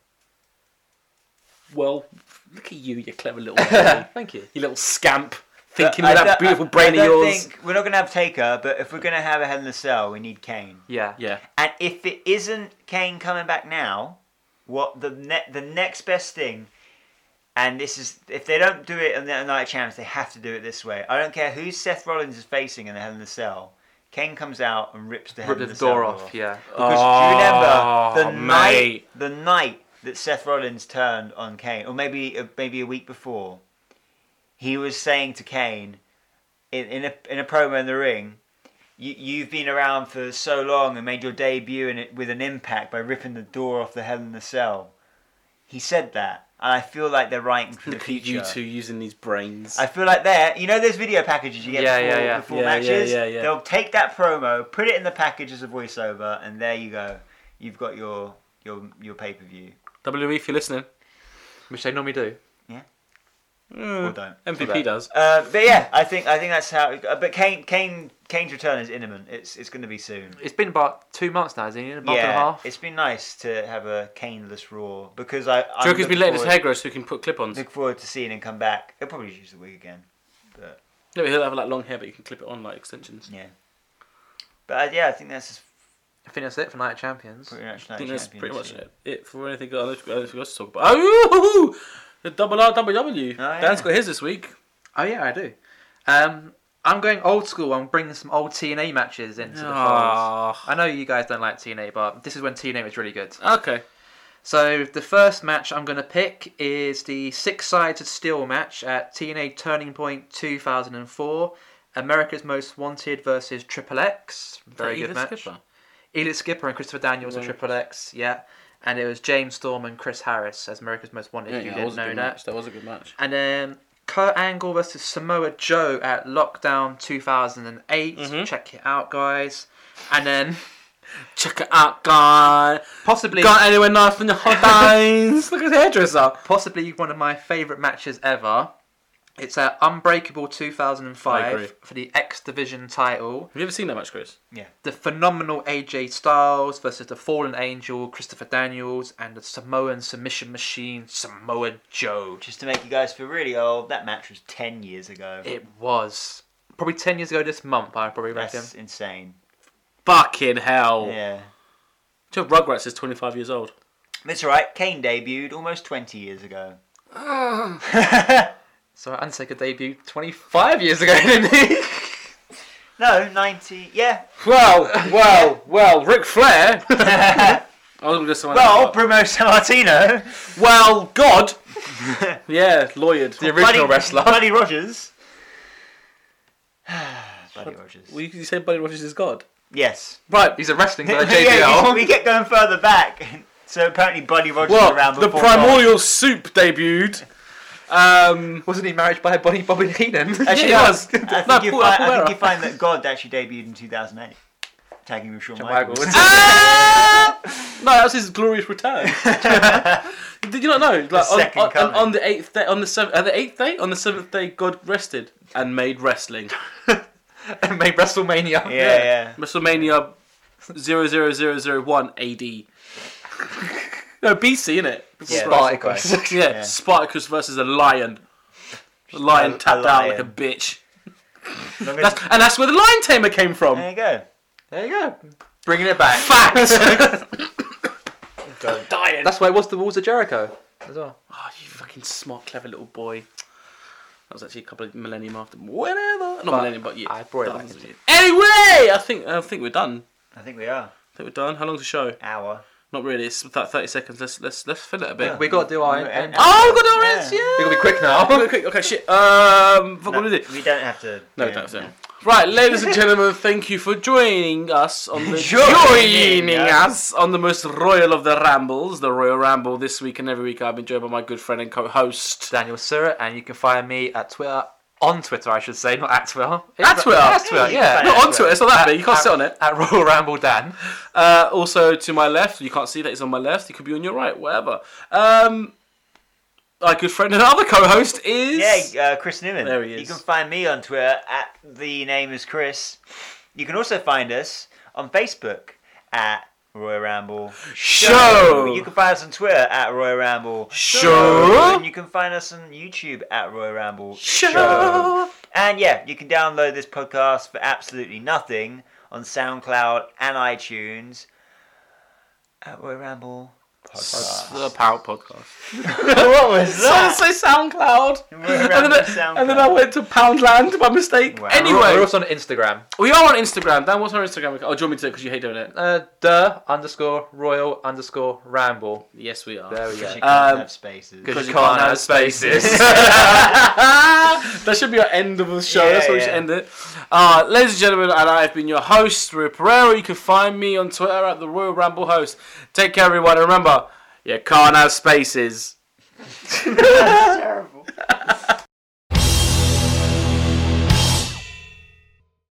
[SPEAKER 1] Well, look at you, you clever little baby.
[SPEAKER 2] Thank you.
[SPEAKER 1] you little scamp. Thinking
[SPEAKER 3] But
[SPEAKER 1] with that
[SPEAKER 3] I don't-
[SPEAKER 1] beautiful
[SPEAKER 3] I-
[SPEAKER 1] brain
[SPEAKER 3] I
[SPEAKER 1] of
[SPEAKER 3] don't
[SPEAKER 1] yours.
[SPEAKER 3] think- we're not going to have Taker, but if we're going to have a Hell in the Cell, we need Kane.
[SPEAKER 2] Yeah.
[SPEAKER 1] Yeah.
[SPEAKER 3] And if it isn't Kane coming back now, what the ne- the next best thing, and this is if they don't do it on the Night of Champions, they have to do it this way. I don't care who Seth Rollins is facing in the Hell in the Cell. Kane comes out and rips the Hell
[SPEAKER 2] Rip
[SPEAKER 3] in
[SPEAKER 2] the
[SPEAKER 3] the
[SPEAKER 2] door
[SPEAKER 3] Cell
[SPEAKER 2] off. Yeah.
[SPEAKER 3] Because
[SPEAKER 1] Oh,
[SPEAKER 3] do you remember the
[SPEAKER 1] mate.
[SPEAKER 3] night the night that Seth Rollins turned on Kane, or maybe uh, maybe a week before, he was saying to Kane in in a in a promo in the ring, you, you've been around for so long and made your debut in it with an impact by ripping the door off the Hell in the Cell. He said that, and I feel like they're writing for the
[SPEAKER 1] Look at
[SPEAKER 3] future.
[SPEAKER 1] you two using these brains.
[SPEAKER 3] I feel like they're, you know, those video packages you get
[SPEAKER 2] Yeah,
[SPEAKER 3] before,
[SPEAKER 2] yeah, yeah.
[SPEAKER 3] before
[SPEAKER 1] Yeah, yeah,
[SPEAKER 3] matches.
[SPEAKER 1] yeah, yeah.
[SPEAKER 3] They'll take that promo, put it in the package as a voiceover, and there you go. You've got your your your pay per view.
[SPEAKER 1] WWE, E, if you're listening,
[SPEAKER 2] Which they normally do.
[SPEAKER 1] Hmm. Mm.
[SPEAKER 3] Or don't.
[SPEAKER 1] MVP does.
[SPEAKER 3] Uh, but yeah, I think I think that's how. uh, But Kane Kane Kane's return is imminent. It's it's going to be soon.
[SPEAKER 2] It's been about two months now, isn't it? A month
[SPEAKER 3] yeah,
[SPEAKER 2] and a half.
[SPEAKER 3] it's been nice to have a Kaneless Raw because I.
[SPEAKER 1] Joker's
[SPEAKER 3] I'm looking
[SPEAKER 1] been letting his
[SPEAKER 3] forward-
[SPEAKER 1] hair grow so he can put clip-ons.
[SPEAKER 3] Look forward to seeing him come back. He'll probably use the wig again.
[SPEAKER 1] No, he'll have like long hair, but you can clip it on like extensions.
[SPEAKER 3] Yeah. But uh, yeah, I think that's
[SPEAKER 2] I think that's it for Night of Champions.
[SPEAKER 3] pretty much.
[SPEAKER 1] I think that's pretty much
[SPEAKER 3] it.
[SPEAKER 1] it. It for anything else else we got to talk about. Oh, the double R double W.
[SPEAKER 3] yeah.
[SPEAKER 1] Dan's got his this week.
[SPEAKER 2] Oh yeah, I do. Um, I'm going old school. I'm bringing some old TNA matches into the finals.
[SPEAKER 1] Ah,
[SPEAKER 2] I know you guys don't like TNA, but this is when TNA was really good.
[SPEAKER 1] okay.
[SPEAKER 2] So the first match I'm going to pick is the six sides of steel match at TNA Turning Point 2004. America's Most Wanted versus Triple X. Very
[SPEAKER 1] Is that
[SPEAKER 2] good
[SPEAKER 1] Edith
[SPEAKER 2] match.
[SPEAKER 1] Skipper?
[SPEAKER 2] Elliot Skipper and Christopher Daniels were
[SPEAKER 1] Yeah.
[SPEAKER 2] Triple X, yeah. And it was James Storm and Chris Harris as America's Most Wanted.
[SPEAKER 1] Yeah,
[SPEAKER 2] if you
[SPEAKER 1] yeah, that
[SPEAKER 2] didn't
[SPEAKER 1] was a
[SPEAKER 2] know
[SPEAKER 1] good
[SPEAKER 2] that.
[SPEAKER 1] match. That was a good match.
[SPEAKER 2] And then Kurt Angle versus Samoa Joe at Lockdown 2008.
[SPEAKER 1] Mhm.
[SPEAKER 2] Check it out, guys. And then
[SPEAKER 1] Check it out, guy.
[SPEAKER 2] possibly
[SPEAKER 1] Got anyone nice in the hot days? Look at his hairdresser.
[SPEAKER 2] possibly one of my favourite matches ever. It's at Unbreakable
[SPEAKER 1] I agree.
[SPEAKER 2] 2005 for the X Division title.
[SPEAKER 1] Have you ever seen that match, Chris?
[SPEAKER 2] The phenomenal AJ Styles versus the Fallen Angel Christopher Daniels and the Samoan submission machine Samoa Joe.
[SPEAKER 3] Just to make you guys feel really old, that match was 10 years ago.
[SPEAKER 2] It was probably ten years ago this month. I probably reckon. Oh.
[SPEAKER 3] That's insane.
[SPEAKER 1] Fucking hell.
[SPEAKER 3] Yeah.
[SPEAKER 1] Joe Rugrats is 25 years old.
[SPEAKER 3] But It's alright, Kane debuted almost 20 years ago.
[SPEAKER 2] So Undertaker debuted twenty five years ago, didn't he?
[SPEAKER 3] No, 90. Yeah.
[SPEAKER 1] Well, well, well, Ric Flair. I was just
[SPEAKER 3] Well, Bruno Sammartino.
[SPEAKER 1] well, God. yeah, lawyered.
[SPEAKER 2] The original wrestler.
[SPEAKER 3] Buddy Rogers. Buddy Rogers.
[SPEAKER 1] Well, you, you say Buddy Rogers is God.
[SPEAKER 3] yes.
[SPEAKER 1] Right.
[SPEAKER 2] He's a wrestling guy,
[SPEAKER 3] Yeah,
[SPEAKER 2] JBL.
[SPEAKER 3] we- we get going further back. So apparently Buddy Rogers was
[SPEAKER 1] Well,
[SPEAKER 3] around
[SPEAKER 1] the
[SPEAKER 3] before.
[SPEAKER 1] primordial soup debuted. Um,
[SPEAKER 2] Wasn't he married by Bonnie Bobby Heenan?
[SPEAKER 1] Actually,
[SPEAKER 3] Yeah,
[SPEAKER 1] it was.
[SPEAKER 3] God. I think,
[SPEAKER 1] No,
[SPEAKER 3] you,
[SPEAKER 1] Paul
[SPEAKER 3] find, I think
[SPEAKER 1] Aquilera.
[SPEAKER 3] you find that God actually debuted in 2008. Tagging with
[SPEAKER 2] Oh
[SPEAKER 3] Shawn Michaels.
[SPEAKER 2] Michaels.
[SPEAKER 1] Ah! no, that was his glorious return. Did you not know? Like,
[SPEAKER 3] second
[SPEAKER 1] on, on,
[SPEAKER 3] coming.
[SPEAKER 1] on the eighth day, on the seventh, uh, the eighth day, on the seventh day, God rested and made wrestling.
[SPEAKER 2] and made WrestleMania.
[SPEAKER 3] Yeah, yeah.
[SPEAKER 1] WrestleMania 00001 AD. no, BC, innit?
[SPEAKER 3] Yeah.
[SPEAKER 2] Spartacus.
[SPEAKER 1] Yeah,
[SPEAKER 3] Yeah.
[SPEAKER 1] Spartacus versus a lion. The lion
[SPEAKER 3] A- a
[SPEAKER 1] tapped out like a
[SPEAKER 3] lion.
[SPEAKER 1] bitch.
[SPEAKER 3] Long as-
[SPEAKER 1] That's, and that's where the lion tamer came
[SPEAKER 3] There
[SPEAKER 1] from.
[SPEAKER 3] you go.
[SPEAKER 2] there you go. Bringing it back.
[SPEAKER 1] Fact! Dying.
[SPEAKER 2] That's why it was the Walls of Jericho as well.
[SPEAKER 1] Oh, you fucking smart, clever little boy. That was actually a couple of millennium after. Whatever. Not millennium, but yeah.
[SPEAKER 2] I brought it back
[SPEAKER 1] Thousands of
[SPEAKER 2] into-
[SPEAKER 1] years. Anyway, I think I think we're done.
[SPEAKER 3] I think we are.
[SPEAKER 1] I think we're done. How long's the show?
[SPEAKER 3] Hour.
[SPEAKER 1] Not really. It's about thirty seconds. Let's let's let's fill it a bit.
[SPEAKER 3] Yeah.
[SPEAKER 2] We got to do our.
[SPEAKER 3] Yeah.
[SPEAKER 2] end-
[SPEAKER 1] Oh, we've got our ends. Yeah.
[SPEAKER 3] Yeah.
[SPEAKER 2] We gotta be quick now.
[SPEAKER 1] We gotta be quick. Okay, shit. Um, fuck,
[SPEAKER 3] No,
[SPEAKER 1] what is it?
[SPEAKER 3] We don't have to.
[SPEAKER 1] No,
[SPEAKER 3] yeah,
[SPEAKER 1] that's it.
[SPEAKER 3] no.
[SPEAKER 1] Right, ladies and gentlemen, thank you for joining us on the
[SPEAKER 3] Joining
[SPEAKER 1] joining us on the most royal of the rambles, the Royal Ramble. This week and every week, I've been joined by my good friend and co-host.
[SPEAKER 2] Daniel Surratt, and you can find me at Twitter. On Twitter, I should say, not at Twitter.
[SPEAKER 1] At Twitter?
[SPEAKER 2] At Twitter,
[SPEAKER 3] Hey,
[SPEAKER 2] yeah.
[SPEAKER 3] you
[SPEAKER 1] Not onto it. It's not that big. You can't
[SPEAKER 3] Uh,
[SPEAKER 2] at,
[SPEAKER 1] sit on it.
[SPEAKER 2] At Royal Ramble Dan.
[SPEAKER 1] Uh, also to my left, you can't see that he's on my left. He could be on your right, whatever. Um, my good friend and other co-host is
[SPEAKER 3] Yeah, uh, Chris Newman.
[SPEAKER 1] There he
[SPEAKER 3] You
[SPEAKER 1] is.
[SPEAKER 3] can find me on Twitter at the name is Chris. You can also find us on Facebook at Royal Ramble
[SPEAKER 1] Show.
[SPEAKER 3] You can find us on Twitter at Royal Ramble
[SPEAKER 1] Show.
[SPEAKER 3] And you can find us on YouTube at Royal Ramble
[SPEAKER 1] Show.
[SPEAKER 3] And yeah, you can download this podcast for absolutely nothing on SoundCloud and iTunes at Royal Ramble Podcast.
[SPEAKER 1] the Power Podcast.
[SPEAKER 3] what was
[SPEAKER 1] Someone say SoundCloud.
[SPEAKER 3] We're
[SPEAKER 1] And then,
[SPEAKER 3] around the
[SPEAKER 1] I- and then
[SPEAKER 3] SoundCloud.
[SPEAKER 1] I went to Poundland by mistake.
[SPEAKER 3] Wow.
[SPEAKER 2] We're
[SPEAKER 1] Anyway,
[SPEAKER 2] also on Instagram.
[SPEAKER 1] we are on Instagram. Dan, what's our Instagram? account? Oh, do you want me to do it because you hate doing it?
[SPEAKER 2] Uh, the underscore Royal underscore Ramble.
[SPEAKER 1] Yes, we are.
[SPEAKER 2] There we go.
[SPEAKER 3] Because you
[SPEAKER 1] Um,
[SPEAKER 3] can't have spaces.
[SPEAKER 2] Because you
[SPEAKER 1] you can't
[SPEAKER 2] can't have
[SPEAKER 1] have
[SPEAKER 2] spaces.
[SPEAKER 1] Ah, that should be our end of the show.
[SPEAKER 3] Yeah,
[SPEAKER 1] That's where we
[SPEAKER 3] yeah.
[SPEAKER 1] should end it. Uh, ladies and gentlemen, and I have been your host, Rui Pereira. You can find me on Twitter at the Royal Ramble Host. Take care, everyone. And remember, you can't have spaces.
[SPEAKER 3] That's terrible.